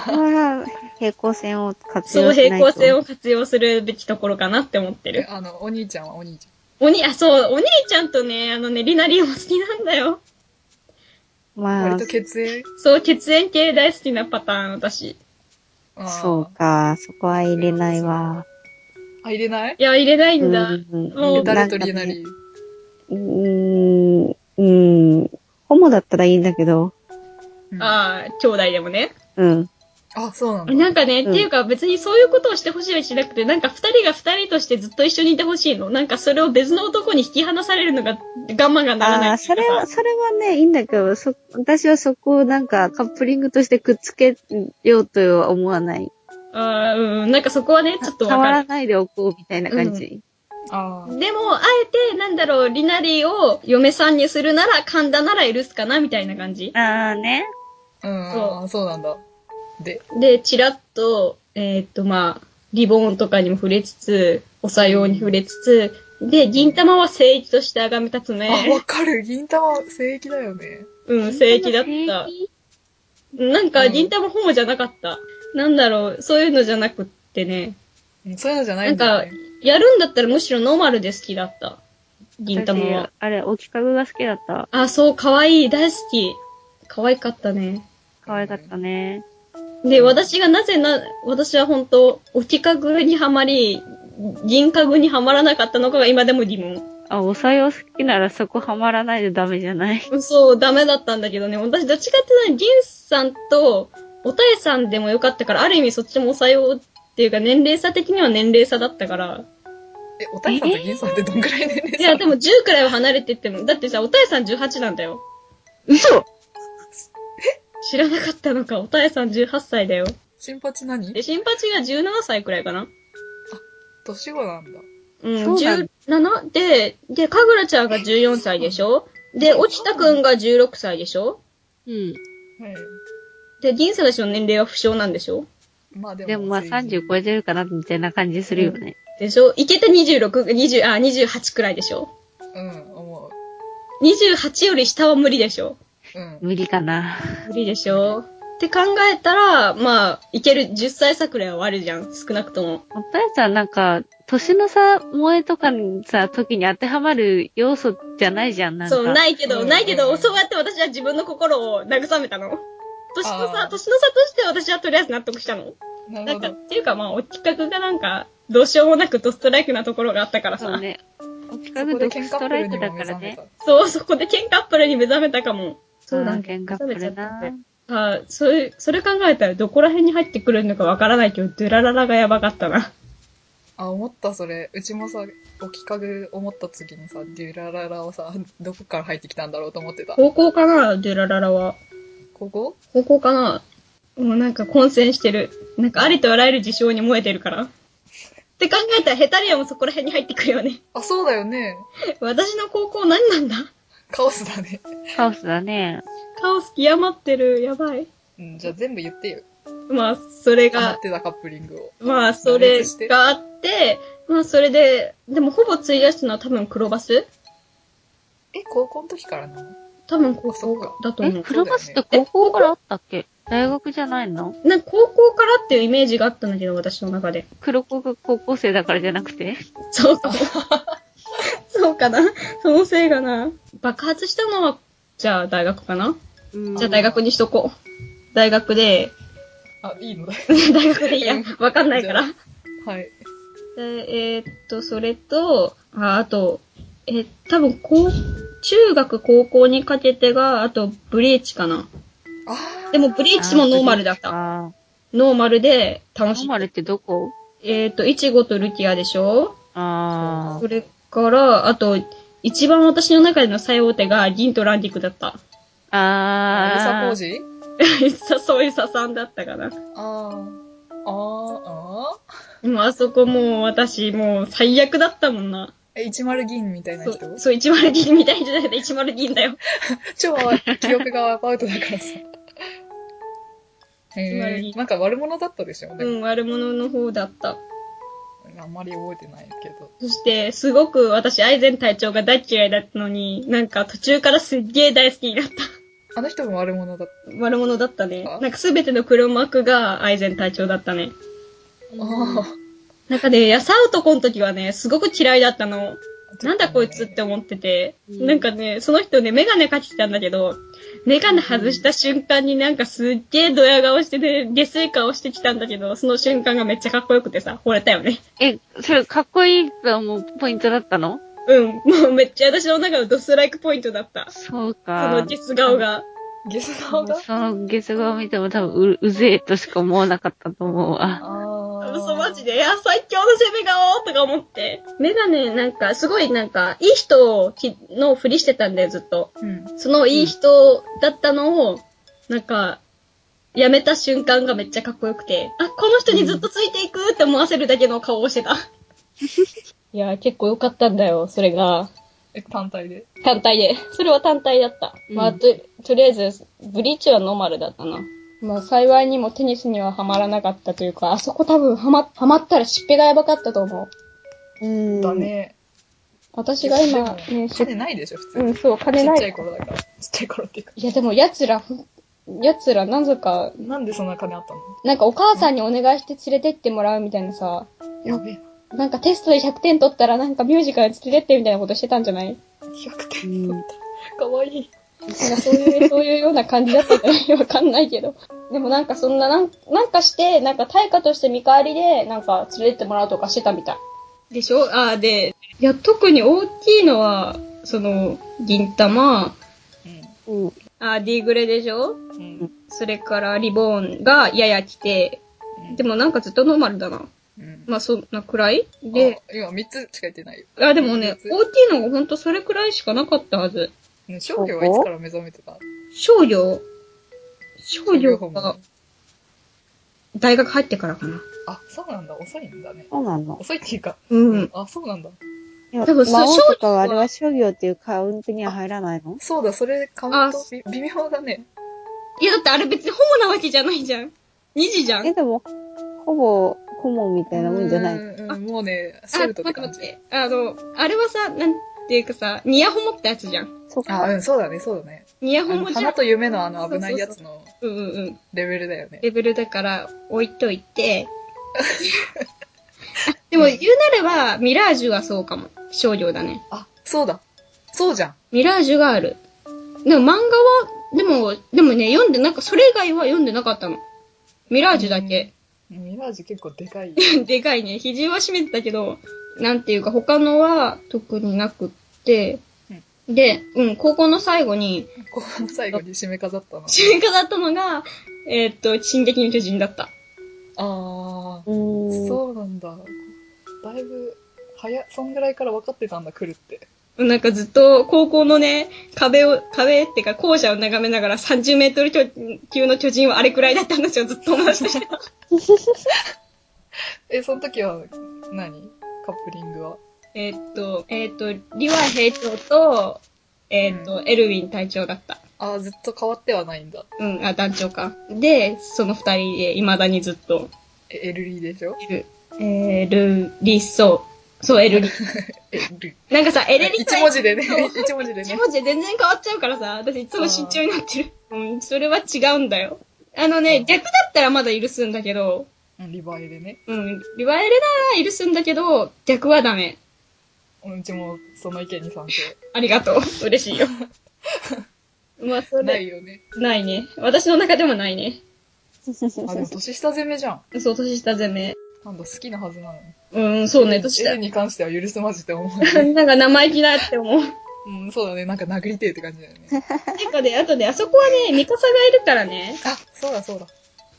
S3: これは平行線を活
S1: その
S3: 用しないと。
S1: 平行線を活用するべきところかなって思って
S2: え、
S1: る。
S2: あの、お兄ちゃんはお兄ち
S1: おに、あ、そう、お兄ちゃんとね、あのね、リナリも好きなんだよ。
S2: ゃん。
S3: ま
S2: 割
S3: あ
S2: と、血縁
S1: そう、血縁系大好きなパターン、私。
S2: ああ
S3: そうか、そこは入れないわ。
S2: あ、入れない
S1: いや、入れないんだ。もう
S2: 誰とリーナリー。
S3: うーん、うーん、ホモだったらいいんだけど、
S2: うん
S1: ああ、兄弟でもね。
S3: うん。
S2: あ、そうなんだ。
S1: なんかね、
S3: うん
S1: っていうか別にそういうことをしてほしいわけじゃなくて、なんか二人が二人としてずっと一緒にいてほしいの。なんかそれを別の男に引き離されるのが我慢がならない。
S3: ああ、それは、それはね、いいんだけど、そ、私はそこをなんかカップリングとしてくっつけようとは思わない。
S1: あーうん、なんかそこはね、ちょっとわ
S3: 触
S1: からる。
S3: ないでおこうみたいな感じ。
S2: ああ。
S1: でも、あえて、なんだろう、リナリーを嫁さんにするなら、神田なら許すかな、みたいな感じ。
S3: ああね。
S2: うん、
S1: そう
S2: あーそうなんだ。で、
S1: で、ちらっと、えーっと、まあ、リボンとかにも触れつつ、おさように触れつつ、で、銀玉は聖域として崇めたつ
S2: あ、
S1: ね。
S2: わかる。銀玉、聖域だよね。
S1: うん、聖域だった。なんか、銀玉ホモじゃなかった。なんだろう、そういうのじゃなくってね。
S2: うんそういうのじゃな
S1: ないん
S2: んだ
S1: か
S2: よね。、
S1: やるんだったらむしろノーマルで好きだった。銀玉は
S3: 私。あれ、置きかぶが好きだった。
S1: あ、そう、可愛い、大好き。可愛かったね。
S3: 可愛かったね。
S1: で、私がなぜな、私は本当、置き家具にはまり、銀家具にはまらなかったのかが今でも疑問。
S3: あ、おさよ好きならそこハマらないでダメじゃない。
S1: そう、ダメだったんだけどね。私、どっちかっていうと、銀さんと、おたえさんでもよかったから、ある意味そっちも抑えようっていうか、年齢差的には年齢差だったから。
S2: え、おたえさんと銀さんってどんくらい年齢
S1: いや、でも10くらいは離れてっても、だってさ、おたえさん18なんだよ。
S3: 嘘
S1: 知らなかったのか、おたえさん18歳だよ。
S2: 新八何
S1: で、新八が17歳くらいかな
S2: 年後なんだ。
S1: うん、
S3: そうなん
S1: 17で、で、かぐらちゃんが14歳でしょで、落田くんが16歳でしょ
S3: うん。
S2: はい。
S1: で、銀さんたちの年齢は不詳なんでしょ
S2: まあでも。
S3: でもまあ
S2: 聖域
S3: 30超えてるかなみたいな感じするよね。
S1: でしょいけて26、20、あ、28くらいでしょ
S2: うん、思
S1: ?28 より下は無理でしょ
S2: う。うん。
S3: 無理かな。
S1: 無理でしょって考えたら、まあ、いける10歳差くらいはあるじゃん。少なくとも。
S3: おたえさんなんか、年の差萌えとかにさ、時に当てはまる要素じゃないじゃん、なんか。
S1: そう、ないけ
S2: う
S1: ど、
S2: ん
S1: ないけ
S2: う
S1: ど、
S2: ん
S1: そうやって私は自分の心を慰めたの。年の差、
S2: あー
S1: 年の差として私はとりあえず納得したの。
S2: なる
S1: な
S2: ほ
S1: んか、っ
S2: ど。
S1: ていうかまあ、お企画がなんか、どうしようもなくドストライクなところがあったから
S3: そ
S1: さ。
S3: うね。お近
S2: そ
S3: く
S2: こで
S3: ドク
S2: 喧嘩
S3: スト
S2: プ
S3: ラ
S2: ル
S3: イク
S2: に
S3: だ
S2: も目
S3: から
S2: 覚め
S3: ね
S2: た。。
S1: そう、そこで喧嘩アップルに目覚めたかも。そうだ
S3: あー
S1: ね。
S3: 喧嘩プルな。
S1: あーそういう、それ考えたらどこら辺に入ってくるのかわからないけど、ドゥラララがやばかったな。
S2: あ、思った、それ。うちもさ、置きかぐ思った次にさ、デュラララをさ、どこから入ってきたんだろうと思ってた。
S1: 高校かな、ドゥラララは。
S2: ここ
S1: 高校かなもうなんか混戦してる。なんかありとあらゆる事象に燃えてるから。って考えたらヘタリアもそこら辺に入ってくるよね。
S2: あ、そうだよね。
S1: 私の高校何なんだ
S2: カオスだね。
S3: カオスだね。
S1: カオス極まってる。やばい。
S2: うん、じゃあ全部言ってよ。
S1: まあ、それ
S2: ハマ
S1: が
S2: っ、てたカップリングを。
S1: まあ、それがあって、まあ、それで、でも、ほぼ費やしたのは多分黒バス
S2: え、高校の時からなの
S1: 多分高
S2: そっか
S1: 校だと
S3: え、
S1: 思う。
S3: 黒バスって高校からあったっけ大学じゃないの
S1: なんか高校からっていうイメージがあったんだけど、私の中で。
S3: 黒子が高校生だからじゃなくて
S1: そうかも。 そうかな。そのせいかな。爆発したのは、じゃあ大学かな
S3: うん
S1: じゃあ大学にしとこう。大学で、
S2: あ、いいのだ。
S1: 大学でいいや、わかんないから。
S2: はい。
S1: でえーっと、それと、ああと、えー多分、こう、中学、高校にかけてが、あと、ブリーチかな。
S2: あー
S1: でも、ブリーチもノーマルだった。
S3: あ
S1: ノーマルで、
S3: ー、
S1: 楽
S3: ノ
S1: し
S3: ー
S1: い
S3: マ。ルってどこ
S1: えーっと、イチゴとルキアでしょ
S3: あ
S1: それから、あと、一番私の中での最大手が、銀とランディックだった。
S3: あ。ああ。
S2: あ、うさこうじ
S1: さそういうささんだったかな。
S2: ああ。ああ。
S1: もう、あそこもう、私、もう、最悪だったもんな。
S2: え、一丸銀みたいな
S1: そ
S2: 人
S1: う、そう、一丸銀みたいじゃないで、一丸銀だよ。
S2: 超記憶がアバウトだからさ。
S1: 一丸
S2: え
S1: 銀
S2: ー、なんか悪者だったでしょ
S1: う
S2: でも、
S1: ん、悪者の方だった。
S2: あんまり覚えてないけど。
S1: そして、すごく私、アイゼン隊長が大嫌いだったのに、なんか途中からすっげえ大好きになった。
S2: あの人も悪者だった。
S1: 悪者だったね
S2: あ。
S1: なんかすべての黒幕がアイゼン隊長だったね。
S2: あ
S1: なんかね、ヤサ男の時はね、すごく嫌いだったの。
S2: あ。
S1: なんだこいつって思ってて。
S3: うん
S1: なんかね、その人ね、メガネかけてたんだけど、メガネ外した瞬間になんかすっげえドヤ顔してね、下水顔してきたんだけど、その瞬間がめっちゃかっこよくてさ、惚れたよね。
S3: え、それかっこいいと思うポイントだったの
S1: うん、もうめっちゃ私の中のドストライクポイントだった。
S3: そう
S1: そ
S3: か。
S1: の実顔が。
S2: ゲス顔が
S3: そのゲス顔を見ても多分う、うぜえとしか思わなかったと思うわ。
S2: あ
S1: 嘘マジで、いや、最強の攻め顔とか思って。メガネ、なんか、すごいなんか、いい人をきのふりしてたんだよ、ずっと。
S2: うん。
S1: そのいい人だったのを、なんか、
S4: 辞めた瞬間がめっちゃかっこよくて、あ、この人にずっとついていくって思わせるだけの顔をしてた。 いやー、結構良かったんだよ、それが。
S2: え、単体で。
S4: 単体で。それは単体だった。
S3: うん
S4: まあ、と、とりあえず、ブリーチはノーマルだったな。まあ、幸いにもテニスにはハマらなかったというか、あそこ多分ハマ、ハマったらしっぺがやばかったと思う。
S1: うん。
S2: だ。ね。
S4: 私が今、
S2: でも
S4: ね、
S2: 金ないでしょ、普通。
S4: うん、そう、金
S2: ち
S4: な
S2: っ
S4: い。
S2: ちゃい頃だから。ちっちゃい頃っていうか。
S4: いや、でも、奴ら、ふ奴ら、なぜか、
S2: なんでそんな金あったの
S4: なんかお母さんにお願いして連れてってもらうみたいなさ、
S2: やべえな。
S4: なんかテストで100点取ったらなんかミュージカル連れてってみたいなことしてたんじゃない
S2: 100
S3: う
S2: 点。
S3: ん。
S2: かわいい。
S4: なんかそういう、 そういうような感じだったんじゃないわかんないけど。でもなんかそんな、なんなんかして、なんか対価として見返りで、なんか連れてってもらうとかしてたみたい。
S1: でしょあーで、いや、特に大きいのは、その、銀玉、
S3: うん。
S1: あーディーグレでしょ
S2: うん。うん。
S1: それからリボーンがやや来て、で
S2: も、
S1: もなんかずっとノーマルだな。
S2: うん。
S1: まあそんなくらいで、
S2: で、今3つしか言ってないよ。
S1: あ、でもね、
S2: 別
S1: 大きいのがほんとそれくらいしかなかったはず。
S2: ね商業はいつから目覚めてた
S1: 少量少量
S2: 訪問
S1: が大学入ってからかな。
S2: あ、そうなんだ。遅いんだね。
S3: そうなの。
S2: 遅いっていうか。
S1: うん。
S2: あ、そうなんだ。
S3: いや、
S1: 多分そう
S3: 魔王とかは
S1: 商業は
S3: あれは商業っていうカウントには入らないの
S2: そうだ、それカウン
S1: あ
S2: トび微妙だね。
S1: いや、だってあれ別にホモなわけじゃないじゃん。2時じゃん。
S3: え、でも、ほぼ、顧問みたいなもんじゃな
S2: う
S3: い
S2: んうんもうね、
S1: あ、
S2: ソ
S1: 待
S2: ルトっ
S1: ってて
S2: 感
S1: 待っ
S2: じ。
S1: て。あの、あれはさ、なんていうかさ、ニヤホモってやつじゃん。
S3: そっ
S2: あ、
S3: か。
S2: うん、そうだね、そうだね。
S1: ニヤ
S2: あ
S1: ホ
S2: の
S1: モじゃ
S2: 花
S1: ん。
S2: と夢のあの危ないやつの
S1: うんうんうん。
S2: レベルだよね。
S1: レベルだから置いといて。でも言うなれば、ミラージュはそうかも。少量だね。
S2: あ、そうだ。そうじゃん。
S1: ミラージュがある。でも漫画は、でも、でもね、読んで、なんかそれ以外は読んでなかったの。ミラージュだけ。
S2: ミラージュ結構 でかい。
S1: でかいね。肘は締めてたけど、なんていうか他のは特になくって。で、うん、高校の最後に、
S2: 後半最後に締め飾ったの。
S1: 中華だったのが、えーっと、進撃の巨人だった。
S2: あ
S3: うー
S2: ー、
S3: ん。
S2: そうなんだ。だいぶ、早、そんぐらいから分かってたんだ、来るって。
S1: なんかずっと高校のね、壁を、壁ってか校舎を眺めながら30メートル級の巨人はあれくらいだった話をずっと思い出してた。
S2: え、その時は何、カップリングは。
S1: えーっと、えーっと、リワイ兵長と、えーっと、エルウィン隊長だった。
S2: あー、ずっと変わってはないんだ。
S1: うん、あ、団長か。で、その二人で未だにずっと
S2: え、エルリーでしょ
S1: いる。えー、ルリソー。そう、エ ルリ。
S2: エルリー。
S1: なんかさ、エルリ
S2: 一文字でね
S1: そう、
S2: 一文字で
S1: 一
S2: ね。
S1: 文字で全然変わっちゃうからさ、私いつも慎重になって る。うん、それは違うんだよ。あの
S2: う
S1: ね、
S2: ん
S1: 逆だったらまだ許すんだけど、
S2: うんリバイでね。
S1: うん、リワイレなら許すんだけど、逆はダメ。
S2: うんうちもその意見に賛成。
S1: ありがとう。嬉しいよ。 まあ、それ、な
S2: ないいよね。
S1: ね。私の中でもないね。
S2: あ、でも年下攻めじゃん。
S1: そう、年下攻め。
S2: なんだ、好きなはずなのに。
S1: うん、そうね、年
S2: エ
S1: 下
S2: ル。に関しては許すまじって思う。
S1: なんか生意気だって思う。
S2: うん、そうだね。なんか殴りてえって感じだよね。
S1: てかで、あとね、あそこはね、ミカサがいるからね。
S2: あ、そうだそうだ。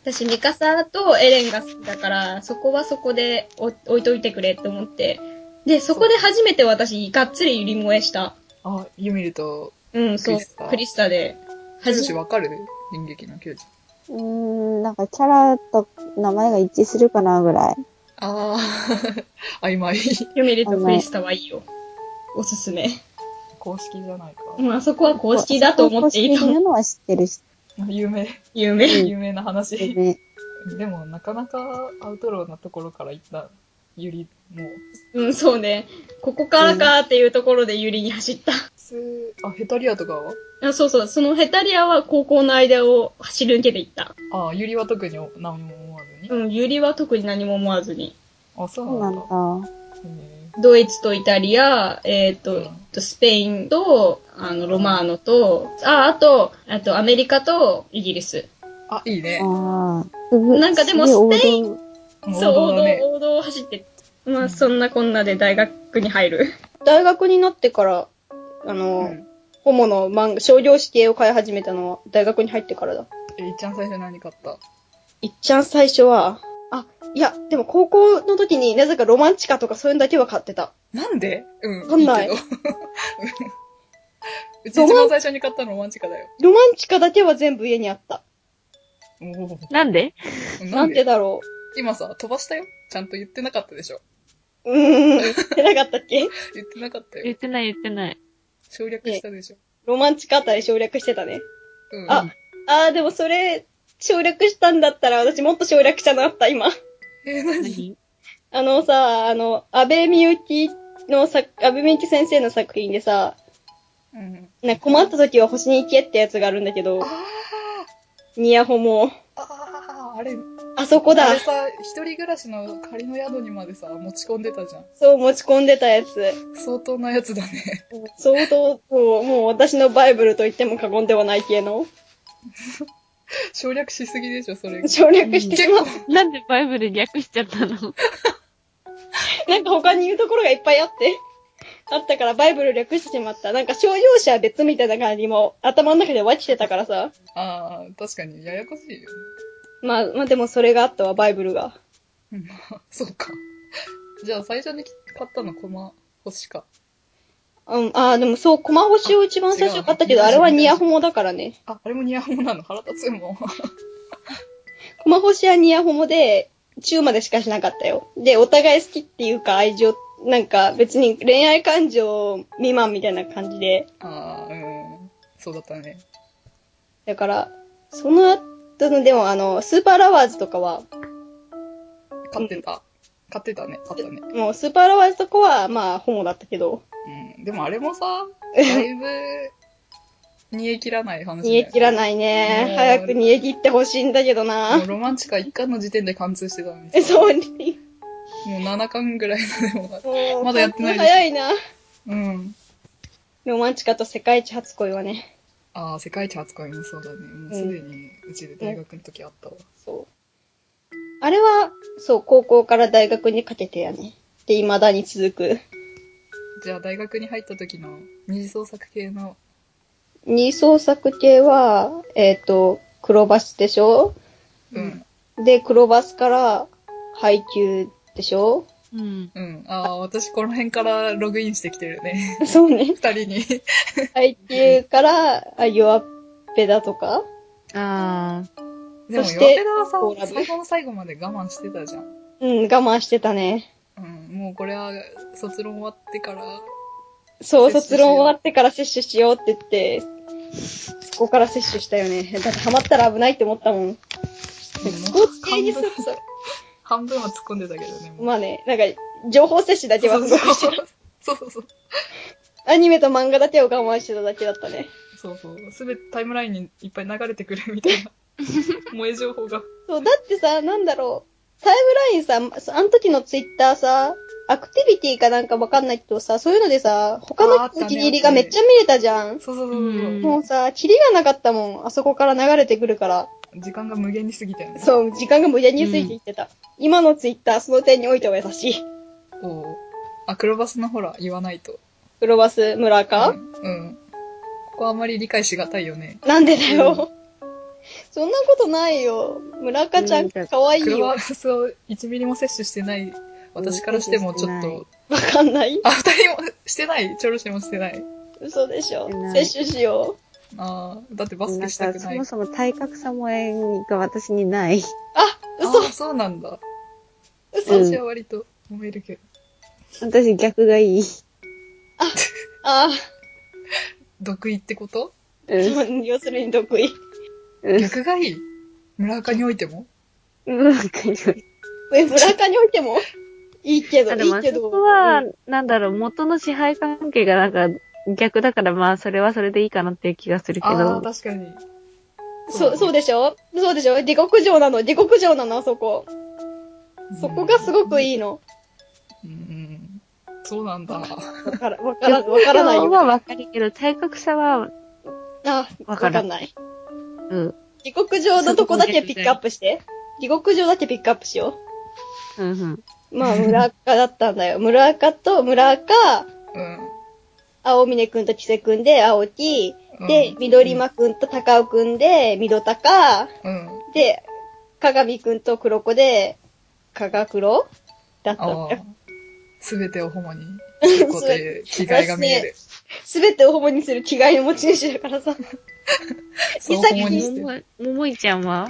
S1: 私、ミカサとエレンが好きだから、そこはそこでお置いといてくれって思って。で、そこで初めて私、がっつりユリ萌えした。
S2: あ、ユミルと、
S1: うん、そう
S2: クリスタ、
S1: クリスタで。
S2: ヒロ
S1: 初
S2: シわかる人劇の球児。
S3: うーん、なんかキャラと名前が一致するかなぐらい。
S2: あー、曖昧。
S1: ユミルとクリスタはいいよ。おすすめ。
S2: 公式じゃないか。
S1: うん、あそこは公式だと思っていいと
S3: 公式
S1: 思
S3: で
S1: う。
S3: 言うのは知ってるし、
S2: 有名、
S1: 有名。
S2: 有名な話。
S3: ね。
S2: でも、なかなかアウトローなところから行った、ユリ、もう、
S1: うん、そうね。ここからかっていうところでユリに走った。
S2: 普通、あ、ヘタリアとかは
S1: あそうそう、そのヘタリアは高校の間を走り抜けていった。
S2: あー、ユリは特に何も思わずに。
S1: うん、ユリは特に何も思わずに。
S2: あ、そ
S3: そう
S2: う
S3: な
S2: なん
S3: ん
S2: だ。
S3: だ。
S2: へ
S1: ドイツとイタリア、えっ、
S2: う
S1: と
S2: ん、
S1: とスペインと、あの、ロマーノと、あ、あと、あとアメリカとイギリス。
S2: ーあ、いいね。
S3: ああ。
S1: なんかでもスペイン
S3: ン。
S2: 王
S1: そう、
S2: 道
S1: 王
S2: だ
S1: 道、
S2: ね。
S1: 王道を走って。ま
S2: う
S1: あ、
S2: ん
S1: そんなこんなで大学に入る。
S4: 大学になってから、あの、
S2: うん
S4: ホモの漫画、商業指定を買い始めたのは大学に入ってからだ。
S2: え、いっちゃん最初何買った
S4: いっちゃん最初は、あ、いや、でも高校の時になぜかロマンチカとかそういうのだけは買ってた。
S2: なんでうん。
S4: わかんない
S2: いけどうち一番最初に買ったのロマンチカだよ。
S4: ロマンチカだけは全部家にあった。
S2: おー
S3: なんで
S1: なんでだろ
S2: 今さ、飛ばしたよ。ちゃんと言ってなかったでしょ。
S1: う。うーん。言ってなかったっけ
S2: 言ってなかった
S3: 言
S2: よ
S3: っ。てない言ってない。
S2: 省略したでしょ。
S1: ロマンチカあたり省略してたね。
S2: うん。
S1: あ、あーでもそれ、省略したんだったら私もっと省略したなった、今。
S2: えー、何
S3: 何
S1: あのさ、あの、安倍みゆきの作、安倍みゆき先生の作品でさ、
S2: うん。
S1: なんか困った時は星に行けってやつがあるんだけど
S2: あ、ー
S1: ニヤホも、
S2: あー、あれ、
S1: あそこだ
S2: あ、れさ、一人暮らしの仮の宿にまでさ、持ち込んでたじゃん。
S1: そう持ち込んでたやつ。
S2: 相当なやつだね。
S1: 相当、もう、もう私のバイブルと言っても過言ではない系の、
S2: 省略しすぎでしょ、それ。
S1: 省略してしまっ
S3: なんでバイブル略しちゃったの
S1: た。なんか他に言うところがいっぱいあって、あったからバイブル略してしまった。なんか商用者は別みたいな感じも頭の中で湧きてたからさ。
S2: ああ、確かに、ややこしいよ
S1: まあ、まあでもそれがあったわ、バイブルが。
S2: ね。うんそうか。じゃあ、最初に買ったの、コマ、星か。
S1: うん、ああ、でもそう、コマ星を一番最初買ったけど、
S2: あ違う
S1: あれはニヤホモだからね。
S2: あ、あれもニヤホモなの腹立つもん。
S1: コマ星はニヤホモで、中までしかしなかったよ。で、お互い好きっていうか愛情、なんか別に恋愛感情未満みたいな感じで、
S2: ああ、うん。そうだったね。
S1: だから、その後の、でもあの、スーパーラワーズとかは、
S2: 買ってた。買ってたね、買ったね。
S1: もうスーパーラワーズとかは、まあ、ホモだったけど、
S2: うん。でもあれもさ、だいぶ、煮え切らない話だよね。
S1: 煮え切らないね
S2: う。ん
S1: 早く煮え切ってほしいんだけど
S2: も
S1: な
S2: う。ロマンチカ一巻の時点で貫通してたのにさ。
S1: え、 そう、
S2: もう7巻ぐらいのでも ある。
S1: もう
S2: まだやってないでしょ
S1: 早いな。
S2: うん。
S1: ロマンチカと世界一初恋はね。
S2: ああ、世界一扱いもそうだね。もうすでに、うちで大学の時あったわ。
S1: そう。あれは、そう、高校から大学にかけてやね。で、未だに続く。
S2: じゃあ大学に入った時の二次創作系の、
S1: 二創作系は、えっ、と、黒バスでしょ
S2: うん、
S1: で、黒バスから配給でしょ
S3: うん。
S2: うん。ああ、私この辺からログインしてきてるね。
S1: そう ね。
S2: 二人に。
S1: 配給から、あ、弱っぺだとか
S3: あ
S2: でも、
S1: そし
S2: ヨ
S1: て
S2: ペラはさ
S1: コーラ、ブ
S2: 最後の最後まで我慢してたじゃん。
S1: うん、我慢してたね。
S2: うん。もうこれは、卒論終わってから、
S1: そう、
S2: 摂取し
S1: 卒
S2: よう
S1: 論終わってから摂取しようって言って、そこから摂取したよね。だってハマったら危ないって思ったもん。 スポーツ系にする
S2: 半分半分は突っ込んでたけどね。もう
S1: まあね、なんか、情報摂取だけはすごくしてた。
S2: そうそうそう。
S1: アニメと漫画だけを我慢してただけだったね。
S2: そうそう。すべてタイムラインにいっぱい流れてくるみた いな。萌え情報が。
S1: そう、だってさ、なんだろう。タイムラインさ、そあの時のツイッターさ、アクティビティかなんかわかんないけどさ、そういうのでさ、他
S2: ああ
S1: の
S2: ったね
S1: お気に入りがめっちゃ見れたじゃん。
S2: そうそうそうそうう。
S3: ん
S1: もうさ、キリがなかったもん。あそこから流れてくるから。
S2: 時間が無限に過ぎたよね。
S1: そう、時間が無駄についていってた。今のツイッター、その点においては優しい。
S2: おうあ、黒バスのほら、言わないと。
S1: 黒バス、村か、
S2: うん。うんここあんまり理解しがたいよね。
S1: なんでだよ。そんなことないよ。村かちゃん、かわいい
S2: 黒
S1: よ。
S2: バスを1ミリも摂取してない私からしてもちょっ
S3: うん
S2: と、
S1: わかんない
S2: あ、二人もしてないチョロシもしてない。
S1: 嘘でしょ
S3: して。ない
S1: 摂取しよう。
S2: ああ、だってバ
S3: あ。
S2: スケしたくない。
S3: そも体格さも縁が私にない。
S1: あ、嘘
S2: ああ、そうなんだ。
S1: 嘘
S3: うん
S2: 私は割と褒めるけど。
S3: 私逆がいい。
S1: あ
S2: 毒意ってこと
S3: うん。
S1: ー要するに得意。
S3: うん。
S2: 逆がいい村岡においても
S3: うん。わかる
S1: え、村かにおいてもいいけど、
S3: あで
S1: い
S3: も
S1: い
S3: あ
S1: け
S3: そ
S1: ど。
S3: こは、なんだろう、元の支配関係がなんか逆だから、まあ、それはそれでいいかなっていう気がするけ
S2: ああ、
S3: ど。
S2: 確かに。
S1: そう、そうでしょそうでしょ下克上なの、下克上なの、あそこ。そこがすごく
S2: い。
S1: いいの。
S2: うんうん。そうなんだ。
S1: わから、わから、わからない
S3: 量
S1: よ。
S3: はわかるけど、体格差は、
S1: あ、わ
S3: わ
S1: か
S3: からら
S1: ない。
S3: うん。
S1: 下克上のとこだけピックアップして。下克上だけピックアップしよ
S3: うんうん。
S1: う。まあ、村かだったん だよ。村かと、村か、
S2: うん。
S1: 青峰くんと木瀬くんで青木、
S2: うん
S1: で、緑間くんと高尾くんで、緑高、
S2: うん。
S1: で、鏡くんと黒子で、かが黒だったん
S2: あ
S1: だ
S2: あ
S1: よ。。
S2: すべてをホモにすることで着替えが見え る。
S1: すべてをホモにする着替えの持ち主だからさ。
S2: そう
S1: 潔い
S2: ホモにしてる。
S3: ももいちゃんは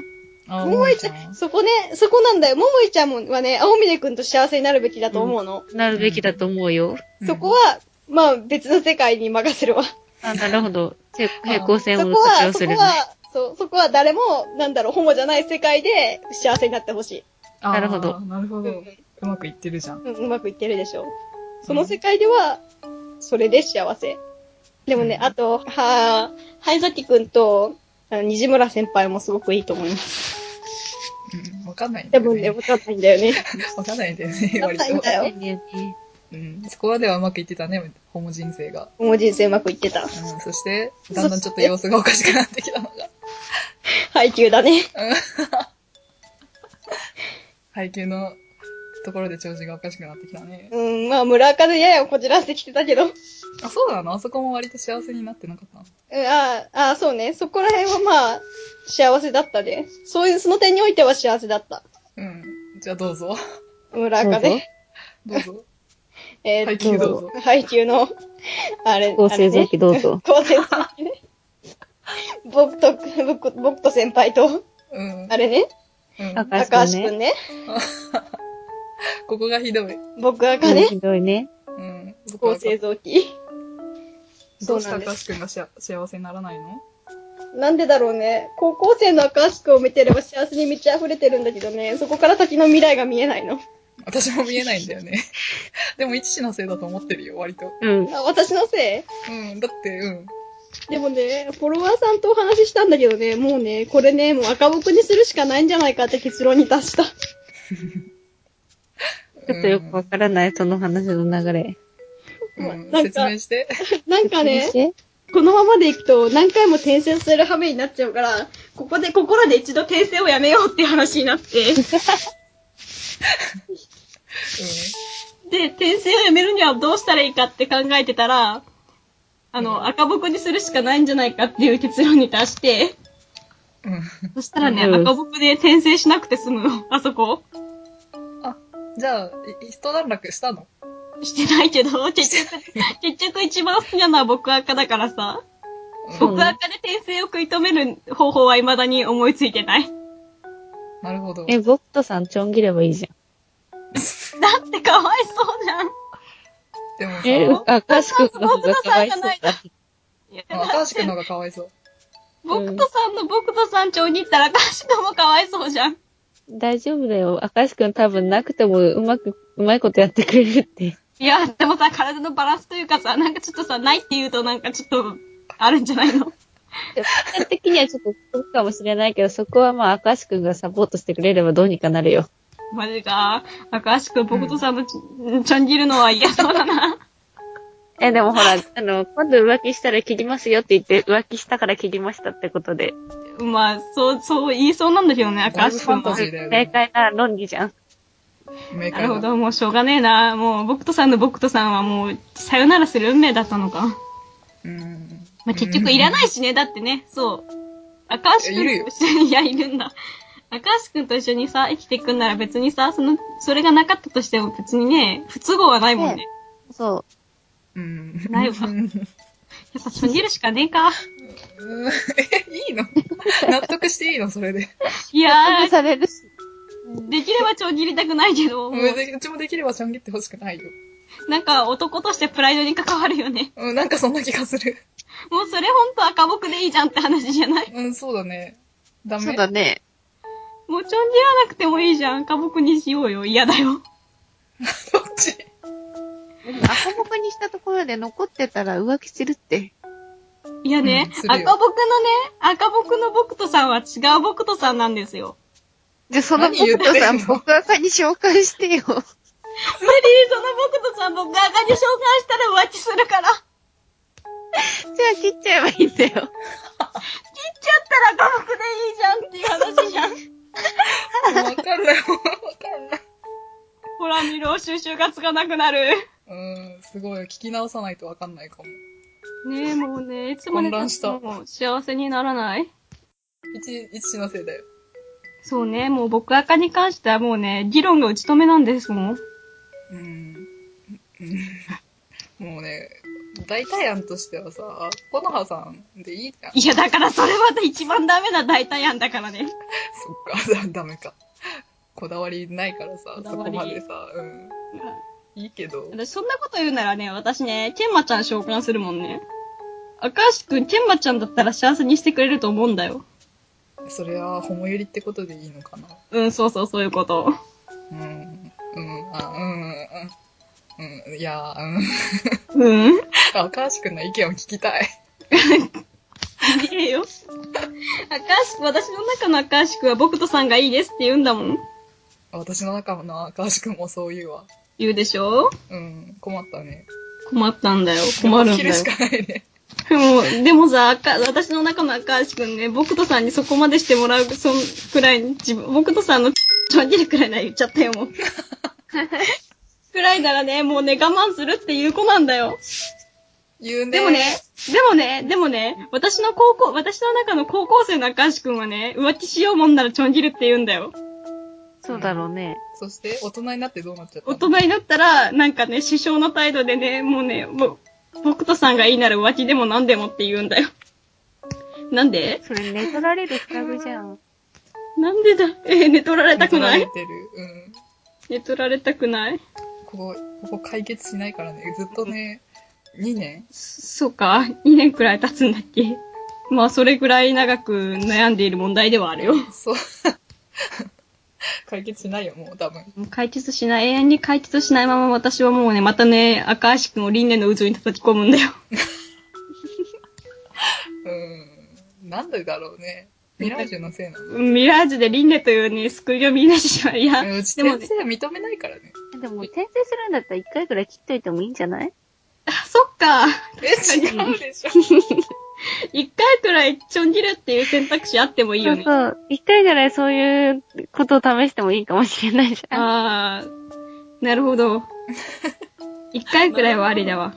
S2: あ、
S1: ももいちゃん、そこね、そこなんだよ。ももいちゃんもはね、青峰くんと幸せになるべきだと思うの。
S3: なるべきだと思うよ。
S1: そこは、まあ別の世界に任せるわ。
S3: あ、なるほど。せ平行線
S1: そ
S3: を
S1: こ
S3: 活用
S1: は、
S3: す
S1: そこ
S3: るの。
S1: は、そう、そこは誰も、なんだろう、ホモじゃない世界で幸せになってほし
S2: あー
S3: なるほど
S2: なるほ
S1: い。う
S2: ど。
S1: ん
S2: うまくいってるじゃん。
S1: うん、うまくいってるでしょ。その世界では、それで幸せ。でもね、
S2: うん
S1: あと、はぁ、ハイザキくんと、あの、西村先輩もすごくいいと思います。
S2: うんわかんないんだ
S1: で
S2: よ
S1: もね、
S2: ね。
S1: わかんないんだよね。
S2: わかんないんだよね、
S1: わかん
S2: 割
S1: ないんだ
S2: と。
S1: よ。
S2: うん。そこまではうまくいってたね、ホモ人生が。
S1: もう人生うまくいってた。
S2: うん。そして、だんだんちょっと様子がおかしくなってきたのが、
S1: 配給だね。
S2: 配給のところで調子がおかしくなってきたね。
S1: うん、まあ、村岡でややこじらせてきてたけど。うん、
S2: あ、そうなのあそこも割と幸せになってなかったの
S1: ああ、ああ、そうね。そこら辺はまあ、幸せだったね。そういう、その点においては幸せだった。
S2: うん。じゃあどうぞ。
S1: 村岡で、
S3: どう
S1: ね。
S2: ど
S3: ぞ
S2: うぞ。
S1: え
S2: 配
S1: ー
S2: 給
S1: っ
S2: どうぞ
S1: と、。配給の、あれ、
S3: 合成臓器どうぞ。
S1: 構成続きね。僕と、僕、僕と先輩と、
S2: うん。
S1: あれね、
S2: うん。
S3: 赤
S1: 高
S3: 橋
S1: 橋
S3: く
S1: く
S3: ん
S1: ん
S3: ね。
S1: ね、
S2: ここがひどい。
S1: 僕赤ね、
S3: ひどいね。
S2: うん。僕は
S1: 構成臓器。
S2: ど
S1: そうう
S2: し
S1: な
S2: た
S1: んで
S2: か
S1: す
S2: しくんがしあ幸せにならないの
S1: なんでだろうね。高校生の赤橋くんを見てれば幸せに満ち溢れてるんだけどね、そこから先の未来が見えないの。
S2: 私も見えないんだよね。 でも、一子のせいだと思ってるよ、割と。
S3: うん。
S1: あ私のせい
S2: うん。だって、うん。
S1: でもね、フォロワーさんとお話ししたんだけどね、もうね、これね、もう赤僕にするしかないんじゃないかって結論に達した。
S3: ちょっとよくわからない、その話の流れ。
S2: うん、
S1: なんか
S2: 説明して。
S1: なんかね、
S3: え
S1: このままでいくと何回も転生する羽目になっちゃうから、ここで、ここらで一度転生をやめようっていう話にな って、で、転生をやめるにはどうしたらいいかって考えてたら、あの、赤ぼこにするしかないんじゃないかっていう結論に達して、
S2: うん。
S1: そしたらね、
S3: うん
S1: 赤ぼこで転生しなくて済むの、あそこ。
S2: うん。じゃあ、い一段落したの
S1: してないけど、結局、結局一番好きなのは僕赤だからさ、
S2: う
S3: そ
S2: ん
S3: う
S1: 僕赤で転生を食い止める方法は 未だに思いついてない。
S2: なるほど。
S3: え、ボクトさんちょん切ればいいじ
S1: だってかわいそうじゃん。
S2: でも
S3: ゃん。え
S2: さ、、
S3: あ、カシ君の方がかわいそうだ。
S1: いや
S2: あ高橋くんの方がかわいそう。
S1: 僕とさんの僕とさん長に行ったら、かしくもかわいそうじゃん。
S3: 大丈夫だよ。赤石くん多分なくてもうまく、うまいことやってくれるって。
S1: いや、でもさ、体のバランスというかさ、なんかちょっとさ、ないって言うとなんかちょっと、あるんじゃないの
S3: で僕ら的にはちょっと不足かもしれないけど、そこはまあ赤石くんがサポートしてくれればどうにかなるよ。
S1: マジか。赤足くん、僕とさんのち,、ちょん切るのは嫌そうだな。
S3: え、でもほら、あの、今度浮気したら切りますよって言って、浮気したから切りましたってことで。
S1: まあ、そう、そう言いそうなんだけどね、赤
S2: だいぶ
S1: 足
S2: フ
S1: く
S2: ァン
S1: ん
S2: タ
S1: は
S2: ジ。ーだよ
S3: 正
S2: ね。
S3: 解な論理じゃん。
S2: 明
S1: なるほ
S2: だ。
S1: ど、もうしょうがねえな。もう、僕とさんの僕とさんはもう、さよならする運命だったのか。
S2: うん。
S1: まあ、結局いらないしね、だってね、そう。赤足く
S2: いるよ
S1: んと一緒に、いや、いるんだ。赤足くんと一緒にさ、生きていくんなら別にさ、その、それがなかったとしても別にね、不都合はないもんね。
S3: そ
S2: うん。
S1: ないわ
S2: うん
S1: やっぱ、ちょん切るしかねえか。
S2: うんえ、いいの納得していいのそれで。
S1: いやー、
S3: されるし。
S1: できればちょん切りたくないけど、もう、
S2: うちもできればちゃん切ってほしくないよ。
S1: なんか男としてプライドに関わるよね。
S2: うん、なんかそんな気がする。
S1: もうそれほんと赤僕でいいじゃんって話じゃない。
S2: うん、そうだね。ダメ。
S3: そうだね。
S1: もうちょん切らなくてもいいじゃん。赤僕にしようよ。嫌だよ。
S2: どっち
S3: 赤ぼかにしたところで残ってたら浮気するって。
S1: いやね、
S2: うんするよ
S1: 赤僕のね、赤僕の僕とさんは違う僕とさんなんですよ。
S3: じゃあそ
S2: の僕とさん僕
S3: 赤に召喚してよ。
S1: 無理その僕とさん僕が赤に召喚したら浮気するから。切っ
S3: じゃあ切っちゃえばいいんだよ。
S1: ちゃったら赤僕でいいじゃんっていう話じゃん。
S2: もうわかんない。わ
S1: ほら見ろ、収集がつかなくなる。
S2: かんない。うん、すごい。聞き直さないとわかんないかも。
S1: ねえ、もうね、いつ
S2: ま
S1: ま
S2: で
S1: で
S2: 経っても
S1: も幸せにならない
S2: 一、一しのせいだよ。
S1: そうね、もう僕赤に関してはもうね、議論が打ち止めなんですもん。
S2: うん。うんもうね、代替案としてはさ、コノハさんでいいじゃん。
S4: いや、だからそれまた一番ダメな代替案だからね。
S2: そっか、 ダメか。こだわりないからさ
S4: こ、だ
S2: そ
S4: わ
S2: こ
S4: り
S2: までさ、うん。いいけど。
S4: 私そんなこと言うならね、私ね、ケンマちゃん召喚するもんね。赤石くん、ケンマちゃんだったら幸せにしてくれると思うんだよ。
S2: それは、ホモユリってことでいいのかな
S4: うん、そうそう、そういうこと。
S2: うん。うん、あ、うん、うんうん。うん、いや、うん。
S4: うん。
S2: あ、川橋くんの意見を聞きたい。
S4: いえよ。赤石くん、私の中の赤石くんは僕とさんがいいですって言うんだもん。
S2: 私の中の川橋くんもそう言うわ。
S4: 言うでしょ
S2: うん、困ったね。
S4: 困ったんだよ。困るんだ
S2: 切る
S4: よ
S2: し。かないね。
S4: でも、でもさ、赤私の中の赤橋くんね、僕とさんにそこまでしてもらう、そんくらいに、自分、僕とさんの、ちょん切るくらいなら言っちゃったよ、 もう。くらいならね、もうね、我慢するっていう子なんだよ。
S2: 言うね。
S4: でもね、でもね、でもね、私の高校、私の中の高校生の赤橋くんはね、浮気しようもんならちょん切るって言うんだよ。
S3: そうだろうね。
S2: そして、大人になってどうなっちゃった
S4: 大
S2: の
S4: 人になったら、なんかね、師匠の態度でね、もうね、ぼ僕とさんがいいなら浮気でも何でもって言うんだよ。 なんで
S3: それ、寝取られる比べじゃん。
S4: なんでだえー寝取られたくな
S2: 見
S4: い
S2: 取られてる。うん。
S4: 寝取られたくない
S2: ここ、ここ解決しないからね。ずっとね、2年
S4: そそうか。2年くらい経つんだっけまあ、それくらい長く悩んでいる問題ではあるよ。
S2: そう。 解決しないよ、もう多分。
S4: 解決しない、永遠に解決しないまま私はもうね、またね、赤石くんを輪廻の渦に叩き込むんだよ。
S2: うん。なんでだろうね。ミラージュのせいなの。
S4: ミラージュで輪廻というね、救いを見出してしまう。いや、
S2: うち
S4: でも
S2: 先
S4: ね
S2: 生は認めないからね。
S3: でも、転生するんだったら一回くらい切っといてもいいんじゃない
S4: あそっか。
S2: え、違うでしょ。
S4: 一回くらいちょん切るっていう選択肢あってもいい
S3: そ
S4: よ
S3: う
S4: ね。
S3: そう。一回ぐらいそういうことを試してもいいかもしれないじゃん。
S4: あー、なる ほど。一回くらいはありだわ。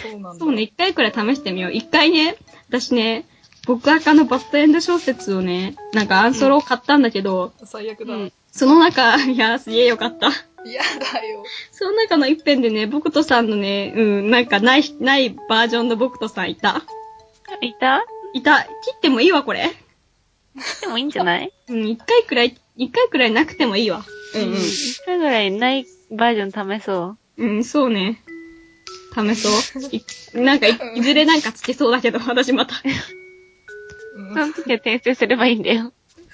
S2: そうなんだ。
S4: そうね、一回くらい試してみよう。一回ね、私ね、僕赤のバッドエンド小説をね、なんかアンソロを買ったんだけど、
S2: 最悪だ。
S3: うん
S4: その中、 いや、すげえよかった。
S2: 嫌だよ。
S4: その中の一編でね、僕とさんのね、うん、なんかない、ないバージョンの僕とさんいた。
S3: いた
S4: いた。切ってもいいわ、これ。
S3: 切ってもいいんじゃない
S4: うん、一回くらい、一回くらいなくてもいいわ。うん
S3: 一回ぐらいないバージョン試そう。
S4: うん。うん、そうね。試そう。いなんかい、いずれなんかつけそうだけど、私また。
S2: うん
S3: その時は転生すればいいんだよ。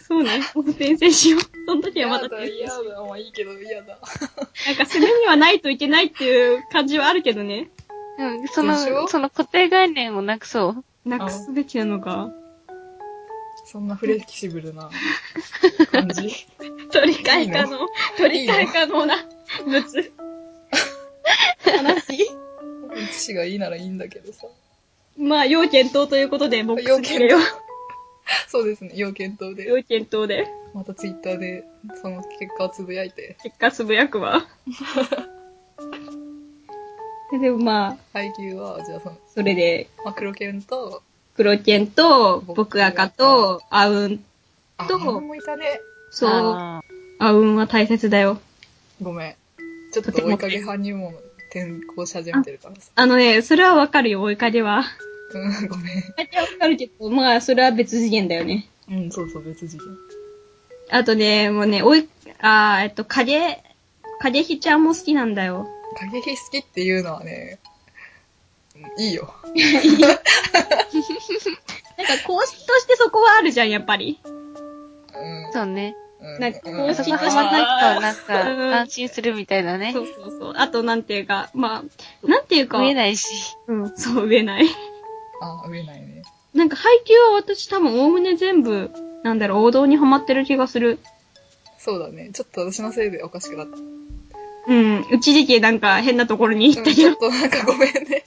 S4: そうね。転生しよう。その時はまた
S2: 嫌だ、
S4: 転生しよう
S2: 嫌だ。まあいいけど、嫌だ。
S4: なんか攻めにはないといけないっていう感じはあるけどね。
S3: うん、そ
S2: でしょ
S3: の、その固定概念をなくそう。
S4: なくすべきなのか。
S2: そんなフレキシブルな感じ。
S4: 取り替え可能。取り替え可能な物。話。
S2: うちがいいならいいんだけどさ。
S4: まあ、要検討ということで、僕、
S2: 要検討
S4: よ。
S2: そうですね、要検討で。
S4: 要検討で、
S2: またツイッターで、その結果をつぶやいて、
S4: 結果つぶやくわ。ででもまあ、
S2: 配給は、じゃあその、
S4: それで、
S2: マクロ犬と、
S4: 黒犬と、僕赤と、あうん。
S2: あ、
S4: どう
S2: もいたね。
S4: そう。
S3: あー
S4: あうんは大切だよ。
S2: ごめん。ちょっと追いかけ派にも転校し始めてるからさ。
S4: あのね、それはわかるよ、追いかけは。
S2: うん、ごめ
S4: 追いかけはわかるけど、まあ、それは別次元だよね。
S2: ん。うん、そうそう、別次元。
S4: あとね、もうね、おい、あー、えっと、影、影ひちゃんも好きなんだよ。
S2: 影ひ好きっていうのはね、うんいいよ。
S4: なんか公式としてそこはあるじゃん、やっぱり。
S2: うん。
S3: そうね。
S2: うん
S4: なんか公
S2: うん
S3: そこ
S4: 式と
S3: は
S4: して
S3: まなくとなん
S4: うん
S3: か安心するみたいなね
S4: そ。うそうそう。あと、なんていうか、まあ、なんていうか、
S3: 見えないし。
S4: うん、そう、植えない。
S2: あ、植えないね。
S4: なんか配給は私多分概ね全部、なんだろう、王道にはまってる気がする。
S2: そうだね。ちょっと私のせいでおかしくなった。 うん
S4: うん、一時期なんか変なところに行ったけ
S2: ち
S4: ど、
S2: ょっとなんかごめんね。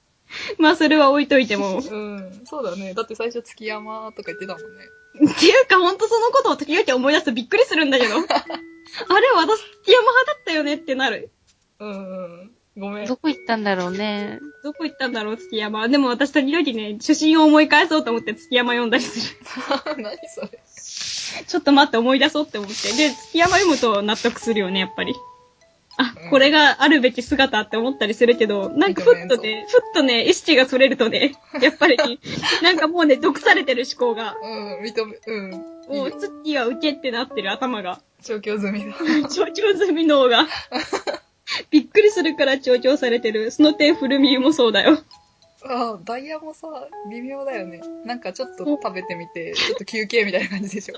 S4: まあそれは置いといても。って
S2: うん。そうだね。だって最初月山とか言ってたもんね。
S4: いうか、ほんとそのことを時々思い出すとびっくりするん だけど。あれ、私、月山派だったよねってなる。
S2: うんうん。ご めん。
S3: どこ行ったんだろうね。
S4: どこ行ったんだろう、月山。でも私時々ね、初心を思い返そうと思って月山読んだりする。
S2: 何それ。
S4: ちょっと待って思い出そうって思って。で、月山読むと納得するよね、やっぱり。あ、これがあるべき姿って思ったりするけど、なんかふっとね、ふっとね、意識がそれると ね、やっぱり、なんかもうね、毒されてる思考が、
S2: うん、認め、うん。
S4: もう、ツッキーは受けってなってる頭が、
S2: 調教済みだ。
S4: 調教済み脳が、びっくりするから調教されてる、その点古見もそうだよ。
S2: ああ、ダイヤもさ、微妙だよね。なんかちょっと食べてみて、ちょっと休憩みたいな感じでしょ。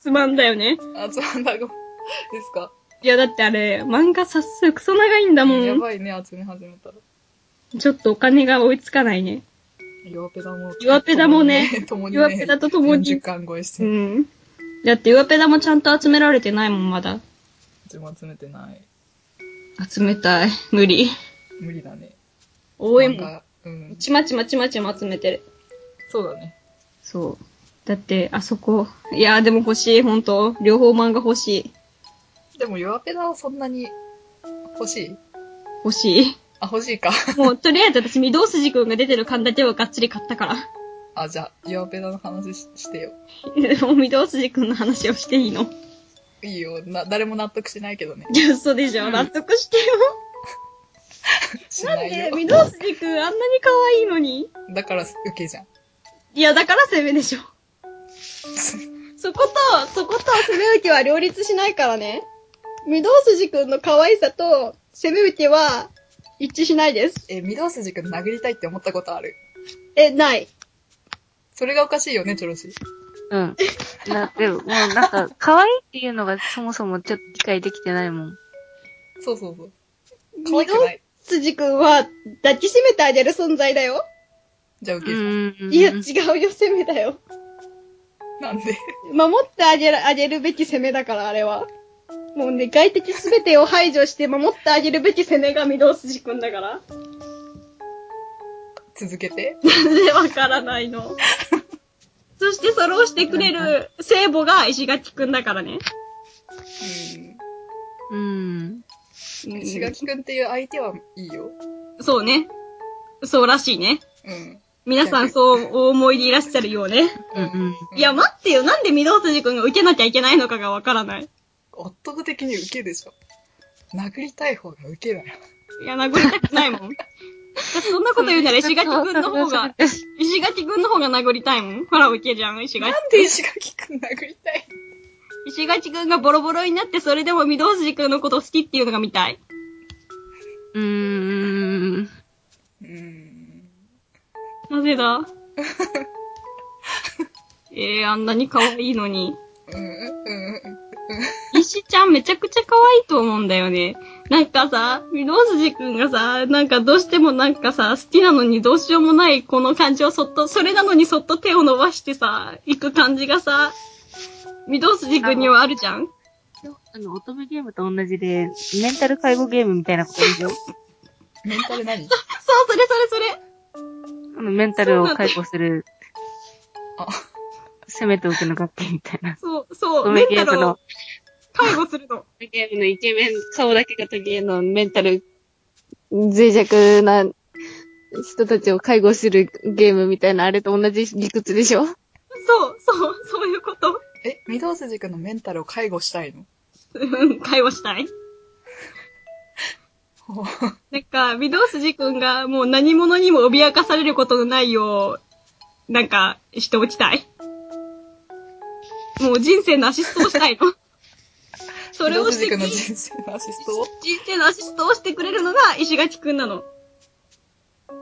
S4: つまんだよね。
S2: あ、つまんだご。ですか。
S4: いや、だってあれ、漫画冊数クソ長いんだも
S2: や
S4: ん。
S2: ばいね、集め始めたら。
S4: ちょっとお金が追いつかないね。
S2: 弱ペダも。
S4: 弱ペダもね、
S2: 共にね、
S4: 弱ペダと共に
S2: 40巻超えして
S4: う
S2: る。
S4: ん。だって、上ペダもちゃんと集められてないもん、まだ。
S2: うちも集めてない。
S4: 集めたい。無理。
S2: 無理だね。
S4: 応
S2: な
S4: 援
S2: ん
S4: も。
S2: かうん。
S4: ちまちまちまちま集めてる。
S2: そうだね。
S4: そう。だって、あそこ。いやー、でも欲しい、ほんと。両方漫画欲しい。
S2: でも弱ペダはそんなに欲しい
S4: 欲しい。
S2: あ、欲しいか。
S4: もう、とりあえず私、御堂筋くんが出てる缶だけはがっちり買ったから。
S2: あ、じゃあ、弱ペダの話ししてよ。
S4: でも、御堂筋くんの話をしていいの
S2: いいよ。な、誰も納得しないけどね。
S4: いや、嘘でしょ。納得してよ。
S2: しない
S4: で、
S2: よ。
S4: 御堂筋くん、あんなに可愛いのに。
S2: だから、受けじゃん。
S4: いや、だから攻めでしょ。
S1: そこと、そこと攻め受けは両立しないからね。御堂筋くんの可愛さと攻め受けは一致しないです。
S2: え、御堂筋くん殴りたいって思ったことある
S1: え、ない。
S2: それがおかしいよね、チョロシ。
S3: うん。な、でも、もうなんか、可愛いっていうのがそもそもちょっと理解できてないもん。
S2: そうそうそう。可
S1: 御
S2: 愛
S1: 堂
S2: くない。
S1: 筋くんは抱きしめてあげる存在だよ。
S2: じゃあ、
S3: う
S2: 受けじゃん。
S3: ーん。
S1: いや、違うよ、攻めだよ。
S2: なんで
S1: 守ってあげる、あげるべき攻めだから、あれは。もうね、外敵すべてを排除して守ってあげるべき攻めが御堂筋くんだから。
S2: 続けて。
S4: なぜわからないの そしてそれをしてくれる聖母が石垣くんだからね。
S3: うん。
S2: うん。石垣くんっていう相手はいいよ。
S4: そうね。そうらしいね。
S2: うん。
S4: 皆さんそうお思いでいらっしゃるようね。
S3: うんうん。
S4: いや、待ってよ。なんで御堂筋くんが受けなきゃいけないのかがわからない。
S2: 圧倒的に受けでしょ。殴りたい方が受けだよ。
S4: いや、殴りたくないもん。だってそんなこと言うなら石垣くんの方が、石垣くんの方が殴りたいもん。ほら、受けじゃん、石垣。
S2: なんで石垣くん殴りたい
S4: 石垣くんがボロボロになって、それでも御堂筋くんのこと好きっていうのが見たい。
S3: うーん。
S2: うん。
S4: なぜ だえー、あんなに可愛いのに。
S2: うん、うん。
S4: 石ちゃんめちゃくちゃ可愛いと思うんだよね。なんかさ、御堂筋くんがさ、なんかどうしてもなんかさ、好きなのにどうしようもないこの感じをそっと、それなのにそっと手を伸ばしてさ、行く感じがさ、御堂筋くんにはあるじゃん
S3: あの、乙女ゲームと同じで、メンタル介護ゲームみたいなことでしょ
S2: メンタル何
S4: そう、それそれそれ
S3: あの、メンタルを介護する
S2: あ、
S3: 攻めておくの学校みたいな。
S4: そう、そう、
S3: 乙
S4: メ
S3: 女ゲ
S4: ンタ
S3: ーム
S4: ル
S3: の
S4: を、介護するの。
S3: ゲームのイケメン、顔だけが時計のメンタル脆弱な人たちを介護するゲームみたいな、あれと同じ理屈でしょ
S4: そう、そう、そういうこと。
S2: え、御堂筋くんのメンタルを介護したいの
S4: うん、介護したい。
S2: ほう
S4: なんか、御堂筋くんがもう何者にも脅かされることのないよう、なんか、しておきたい。もう人生のアシストをしたい の。それをして
S2: く
S4: く
S2: んの人生のアシストを
S4: 人生のアシストをしてくれるのが石垣くんなの。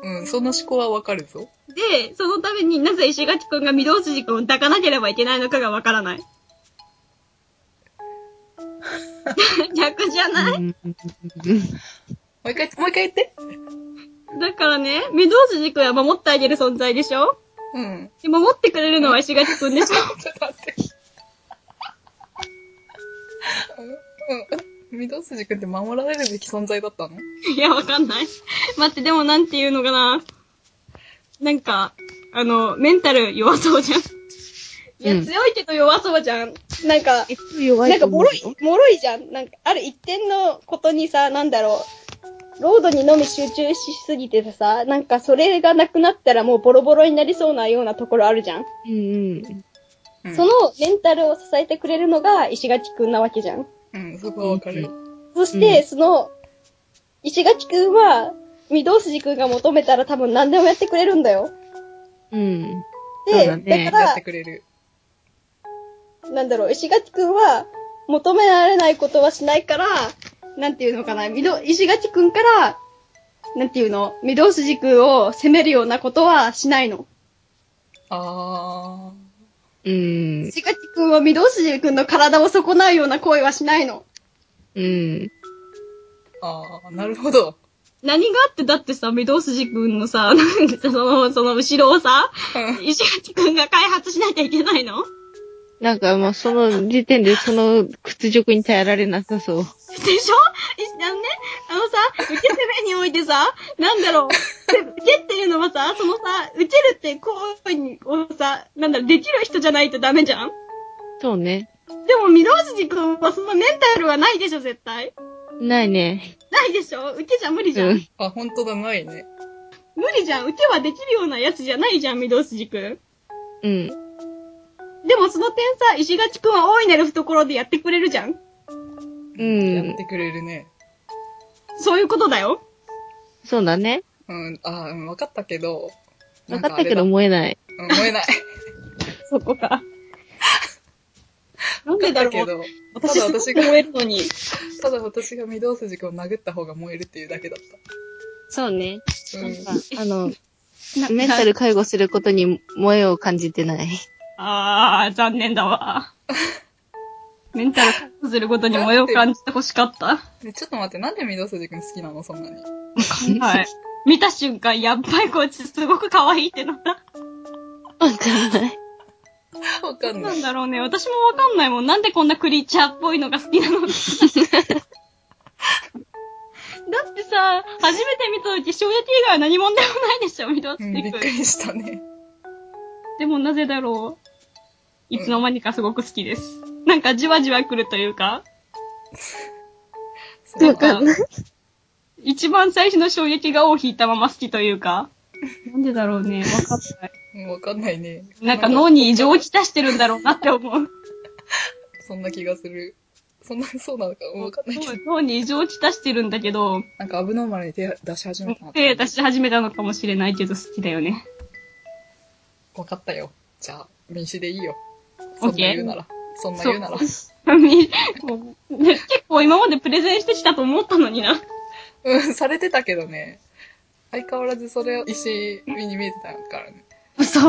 S2: うん、その思考はわかるぞ。
S4: で、そのためになぜ石垣くんが御堂筋くんを抱かなければいけないのかがわか らない。逆じゃない
S2: もう一回、もう一回言って。
S4: だからね、御堂筋くんは守ってあげる存在でしょ
S2: うん。
S4: で、守ってくれるのは石垣くんでしょ
S2: ちょっと待って。うん。御堂筋くんって守られるべき存在だったの
S4: いや、わかんない。待って、でもなんていうのかな。なんか、あの、メンタル弱そうじゃん。
S1: いや、
S3: うん
S1: 強いけど弱そうじゃん。なんか、
S3: 弱
S1: なんか、もろい
S3: よ、
S1: もろいじゃん。なんか、ある一点のことにさ、なんだろう。ロードにのみ集中しすぎててさ、なんかそれがなくなったらもうボロボロになりそうなようなところあるじゃん。
S3: うんうん。
S2: うん
S1: そのメンタルを支えてくれるのが石垣くんなわけじゃん。
S2: うん、そこはわかる。
S1: そして、
S3: うん
S1: その、石垣くんは、御堂筋くんが求めたら多分何でもやってくれるんだよ。
S3: うん。そう
S1: で、
S3: だ
S1: だ
S3: ね
S1: か
S2: やっ
S1: ら
S2: て、くれる。
S1: なんだろう、石垣くんは、求められないことはしないから、なんていうのかな、みど、石垣くんから、なんていうの、御堂筋くんを責めるようなことはしないの。
S2: あ
S3: うん。
S1: 石垣くんは御堂筋くんの体を損ないような行為はしないの。
S3: うん。
S2: ー、あー、なるほど。
S4: 何があって、だってさ、御堂筋くんのさ、 なんかその、その後ろをさ、石垣くんが開発しなきゃいけないの
S3: なんかもうその時点でその屈辱に耐えられなさそう。
S4: でしょいあのね、あのさ、受け攻めにおいてさ、なんだ ろう、で受けっていうのはさ、そのさ、受けるって行為にをさ、なんだろう、できる人じゃないとダメじゃん
S3: そうね。
S4: でも、御堂筋くんはそのメンタルはないでしょ、絶対。
S3: ないね。
S4: ないでしょ受けじゃ無理じゃん。
S3: うん。
S2: あ、本当だ、ないね。
S4: 無理じゃん。受けはできるようなやつじゃないじゃん、御堂筋くん。
S3: うん。
S4: でもその点さ、石垣くんは大いなる懐でやってくれるじゃん。
S3: うん
S2: やってくれるね。
S4: そういうことだよ。
S3: そうだね。
S2: うん、あー、うん、分かったけど。
S3: 分かったけど
S2: なんあ
S3: 燃えない。
S2: れだうん、燃えない。
S4: そこか。なんで
S2: 分か
S4: だ
S2: った
S4: ろ
S2: け
S4: う。
S2: ど。
S4: 私
S2: た
S4: す
S2: だ
S4: ご
S2: 私
S4: く
S2: が
S4: 燃えるのに。
S2: ただ私が御堂筋君を殴った方が燃えるっていうだけだっ
S3: そうね。
S2: た。う
S3: なん
S2: ん。
S3: か、あの、メンタル介護することに萌えを感じてない。
S4: あー、残念だわ。メンタルカットすることに迷を感じて欲しかった。
S2: でちょっと待って、なんで御堂筋君好きなのそんなに。
S4: はい。見た瞬間、やっぱりこいつすごく可愛いってなった。
S3: わかんない。
S2: わかんな
S4: ないん。 だろうね。私もわかんないもん。なんでこんなクリーチャーっぽいのが好き なのだってさ、初めて見た時、塩焼き以外は何もんでもないでしょ、ミドス
S2: うん、
S4: テ
S2: びっ
S4: ィック
S2: く。りしたね。
S4: でもなぜだろう。いつの間にかすごく好きです。なんかじわじわ来るというか。
S2: そう
S4: わかんない。一番最初の衝撃が尾を引いたまま好きというか。なんでだろうね。わかんない。
S2: うんわかんないね。
S4: なんか脳に異常をきたしてるんだろうなって思う。
S2: そんな気がする。そんな、そうなのか、わかんないけど。
S4: 脳に異常をきたしてるんだけど、
S2: なんかアブノーマルに手出し始めたな
S4: 手出し始めたのかもしれないけど好きだよね。
S2: わかったよ。じゃあ、民主でいいよ。そん
S4: オッ
S2: な
S4: ケー
S2: 言うなら。そんな言うなら。
S4: みもう ね結構今までプレゼンしてきたと思ったのにな。
S2: うん、されてたけどね。相変わらずそれを石身に見えてたからね。
S4: 嘘。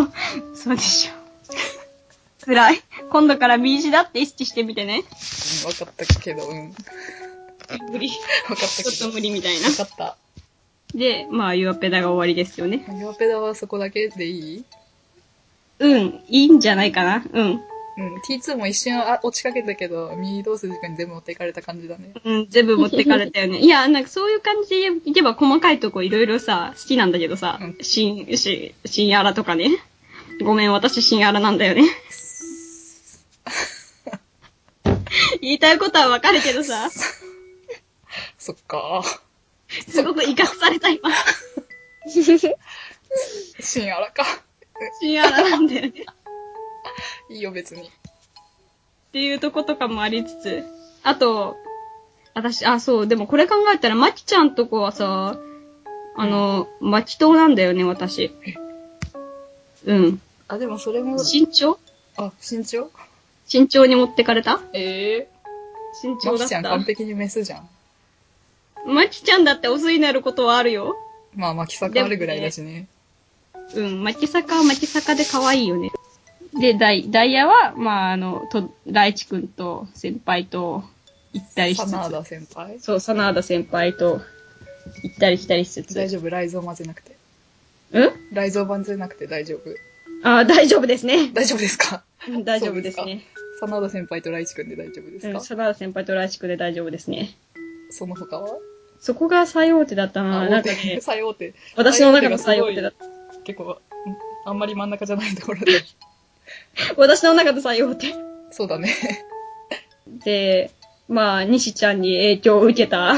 S4: そうでしょ。辛い。今度から民主だって意識してみてね。
S2: うん、わかったけど、うん。わか
S4: 無理。ち
S2: った
S4: ょっ
S2: けど。
S4: と無理みたいな
S2: わ。かった。
S4: で、まあ、ユアペダが終わりですよね。
S2: ヨペダはそこだけでいい
S4: うん、いいんじゃないかな。うん。
S2: うん、T2 も一瞬あ落ちかけたけど、ミード筋君に全部持っていかれた感じだね。
S4: うん、全部持ってかれたよ ね。いや、なんかそういう感じでいけば細かいとこいろいろさ、好きなんだけどさ
S2: うん、
S4: 新、新、新アラとかね。ごめん、私新アラなんだよ ね。言いたいことはわかるけどさ、
S2: そっか。
S4: すごく威嚇された今、
S2: 新アラか。
S4: 新アラなんだよね。っ
S2: いいよ、別に。
S4: ていうとことかもありつつ、あと、私、あ、そう、でもこれ考えたら、まきちゃんとこはさ、あの、まき党なんだよね、私。うん。
S2: あ、でもそれも、
S4: 身長
S2: あ、身長
S4: 身長に持ってかれた
S2: ええ
S4: 身
S2: マ
S4: 長だ
S2: キ
S4: っ
S2: ちゃ
S4: た
S2: ん。完璧にメスじゃん。
S4: マキちゃんだってオスになることはあるよ。
S2: まあ、マキサカあるぐらいだしね。
S4: うん、マキサカはマキサカで可愛いよね。で、ダイダイヤは、まあ、あの、と、ライチ君と先輩と行ったりし
S2: サ
S4: つ
S2: ナーダ
S4: つ。
S2: 先輩
S4: そう、サナーダ先輩と行ったり来たりしつ
S2: 大
S4: つ。
S2: 丈夫、雷蔵混ぜなくて。
S4: うん
S2: 雷蔵混ぜなくて大丈夫。
S4: あー大丈夫ですね。
S2: 大丈夫ですか
S4: うん大丈夫ですね。
S2: サナーダ先輩とライチ君で大丈夫です
S4: うん、
S2: か、
S4: サナーダ先輩とライチ君で大丈夫ですね。
S2: その他は
S4: そこが最大手だったな。
S2: 大
S4: なんかね
S2: 手、、最大手。
S4: 私の中の最大手だった。
S2: 結構、うんあんまり真ん中じゃないところ で。
S4: 私の中の最大手。
S2: そう だね。
S4: で、まあ、西ちゃんに影響を受けた。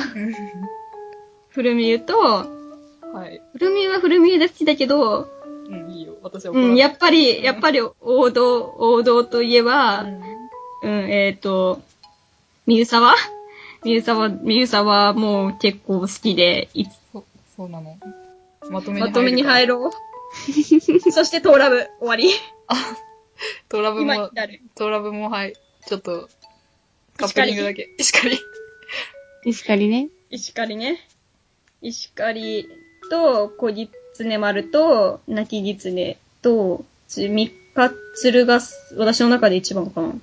S4: 古見と、
S2: はい。
S4: 古見は古見で好きだけど、
S2: うん、いいよ。私は怒
S4: う
S2: らない
S4: ん、やっぱり、やっぱり王道、王道といえば、
S2: うん
S4: うん、えっ、と、三沢ミユサは、ミユサはもう結構好きで、いつ
S2: そそうなの。まとめ
S4: まとめに入
S2: るか。
S4: ろう。 そしてトーラブ、終わり。
S2: トラブ
S4: 今に
S2: も、
S4: 至る。
S2: トラブもはい。ちょっと、カップリングだけ。しかり。
S3: 石狩ね。
S4: 石狩ね。石狩と、小ギツネ丸と、泣きギツネと、つ三日鶴が私の中で一番かな。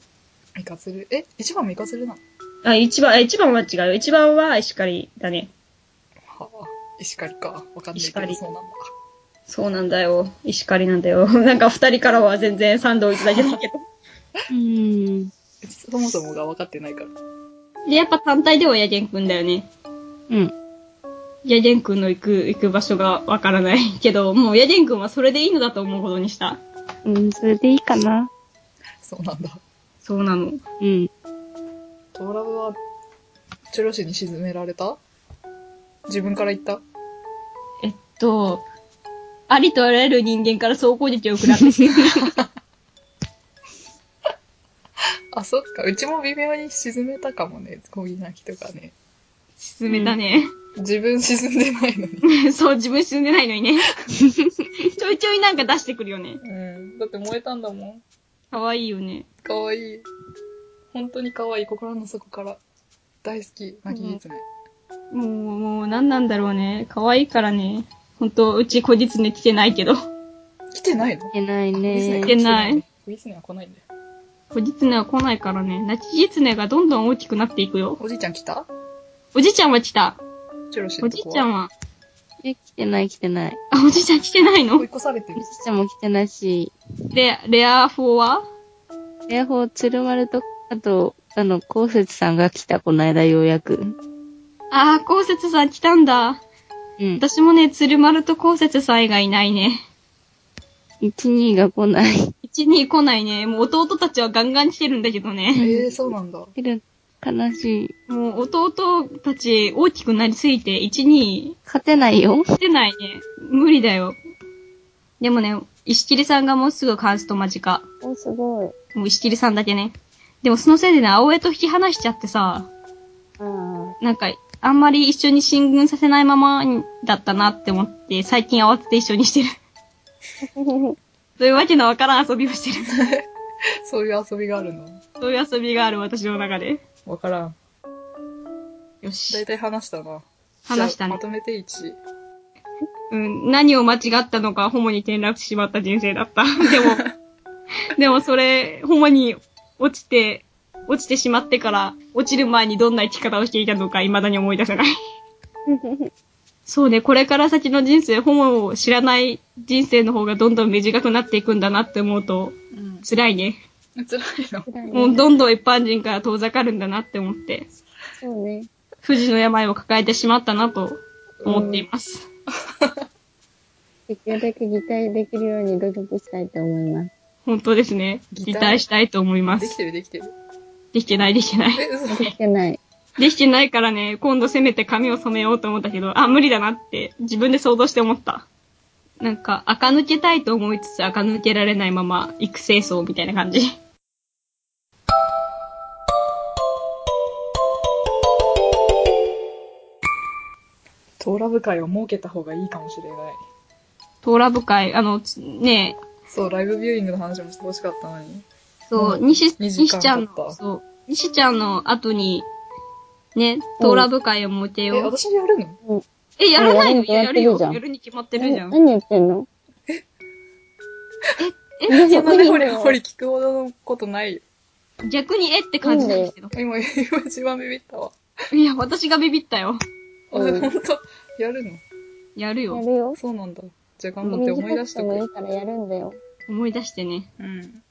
S2: ミカツル。え一番ミカツルなの
S4: あ、一番、あ一番は違う。一番は石狩だね。
S2: はあ、石狩か。わかんない
S4: 石
S2: けど、
S4: 狩
S2: そうなんだ。
S4: そうなんだよ。石狩なんだよ。 なんか二人からは全然賛同いただけないけど。
S3: うん。
S2: そもそもが分かってないから。
S4: で、やっぱ単体ではヤゲンくんだよね。
S3: うん。
S4: ヤゲンくんの行く、行く場所がわからない けど、もうヤゲンくんはそれでいいのだと思うほどにした。
S3: うん、それでいいかな。
S2: そうなんだ。
S4: そうなの。
S3: うん。
S2: トラブは、チョロシに沈められた自分から言った
S4: えっと、ありとあらゆる人間から総攻撃を食らって
S2: あ、そっか。うちも微妙に沈めたかもね。小木なきとかね。
S4: 沈めたね。
S2: 自分沈んでないのに。
S4: そう、自分沈んでないのにね。ちょいちょいなんか出してくるよね。
S2: うん。だって燃えたんだもん。
S4: かわいいよね。
S2: かわいい。本当にかわいい。心の底から。大好き。泣き狐。
S4: もう、もう、なんなんだろうね。かわいいからね。ほんと、うちこじつね来てないけど。
S2: 来てないの
S3: いけない
S2: 狐
S4: いけ
S3: ね。
S4: ない。
S2: 小木狐は来ないんだよ。
S4: こじつねは来ないからね。泣きじつねがどんどん大きくなっていくよ。
S2: おじいちゃん来た
S4: おじちゃんは来た。
S2: チョロシ
S4: お
S2: の
S4: じ
S2: とこ
S4: ちゃん
S2: は。
S4: は。
S3: え、来てない来てない。
S4: あ、おじちゃん来てない
S2: 追い
S4: の
S2: 越されてる
S3: う。ちちゃんも来てないし、
S4: で、レア4は
S3: エアホー、鶴丸と、あと、あの、こうせつさんが来た、この間ようやく。
S4: あー、こうせつさん来たんだ。
S3: うん。
S4: 私もね、鶴丸とこうせつさん以外いないね。
S3: 1、2が来ない。
S4: 1、2来ないね。もう弟たちはガンガン来てるんだけどね。
S2: えー、そうなんだ。
S3: 来る、悲しい。
S4: もう弟たち大きくなりすぎて、1、2
S3: 勝てないよ。
S4: 来てないね。無理だよ。でもね、石切さんがもうすぐカースト間近。
S3: お、すごい。
S4: もう石切さんだけね。でもそのせいでね、青江と引き離しちゃってさ、
S3: あ
S4: なんか、あんまり一緒に進軍させないままだったなって思って、最近慌てて一緒にしてる。そういうわけのわからん遊びをしてる。
S2: そういう遊びがあるの。
S4: そういう遊びがある私の中で。
S2: わからん。
S4: よ
S2: だい
S4: し。
S2: たい話したな。
S4: 話した
S2: じゃあ
S4: ね
S2: ま。とめて1。
S4: うん、何を間違ったのか、ホモに転落してしまった人生だった。 でも、でもそれ、ホモに落ちて、落ちてしまってから、落ちる前にどんな生き方をしていたのか、未だに思い出 せない。そうね、これから先の人生、ホモを知らない人生の方がどんどん短くなっていくんだなって思うと、
S2: うん。
S4: 辛いね。
S2: 辛い の。
S3: あ。
S4: もうどんどん一般人から遠ざかるんだなって思って、
S3: そうね。
S4: 不治の病を抱えてしまったなと思っています。
S3: できるだけ擬態できるように努力したいと思います。
S4: 本当ですね。
S2: 擬
S4: 期
S2: 態
S4: 待したいと思いま
S2: でき
S4: す。
S2: てるできてる。
S4: できてない、できてない。
S2: え、嘘。
S3: できてない。
S4: できてないからね、今度せめて髪を染めようと思ったけど、あ、無理だなって自分で想像して思った。なんか、垢抜けたいと思いつつ垢抜けられないまま育成層みたいな感じ。
S2: トーラ部会を設けた方がいいかもしれない。
S4: トーラ部会、あの、つね
S2: そう、ライブビューイングの話もしてほしかったのに。
S4: え、そう、
S2: うん
S4: 西、
S2: 二時間
S4: 西ちゃん
S2: 経っ
S4: の、
S2: た
S4: そう、西ちゃんの後に、ね、トーラ部会を設け
S2: え、
S4: よう。
S2: 私やるの
S4: え、やらないの
S3: や
S4: や
S3: る
S4: る
S3: に決まってる
S4: よ。
S3: じゃん
S4: やるに決まってるじゃん。
S3: 何言ってんの
S4: え、
S2: そんなね、
S3: いい
S2: ほ
S3: んだ
S2: り
S3: よ
S2: ほり聞くほどのことないよ。
S4: 逆にえって感じなんですけど。
S2: 今、今一番ビビったわ。
S4: いや、私がビビったよ。
S2: あ、
S3: うん
S2: ほんと。やるの
S4: やる
S3: や
S4: よ。
S3: るよ。
S2: そうなんだ。じゃあ頑張って思い出しと
S3: 短くてもい
S2: く。
S3: いからやるんだよ。
S4: 思い出してね。
S2: うん。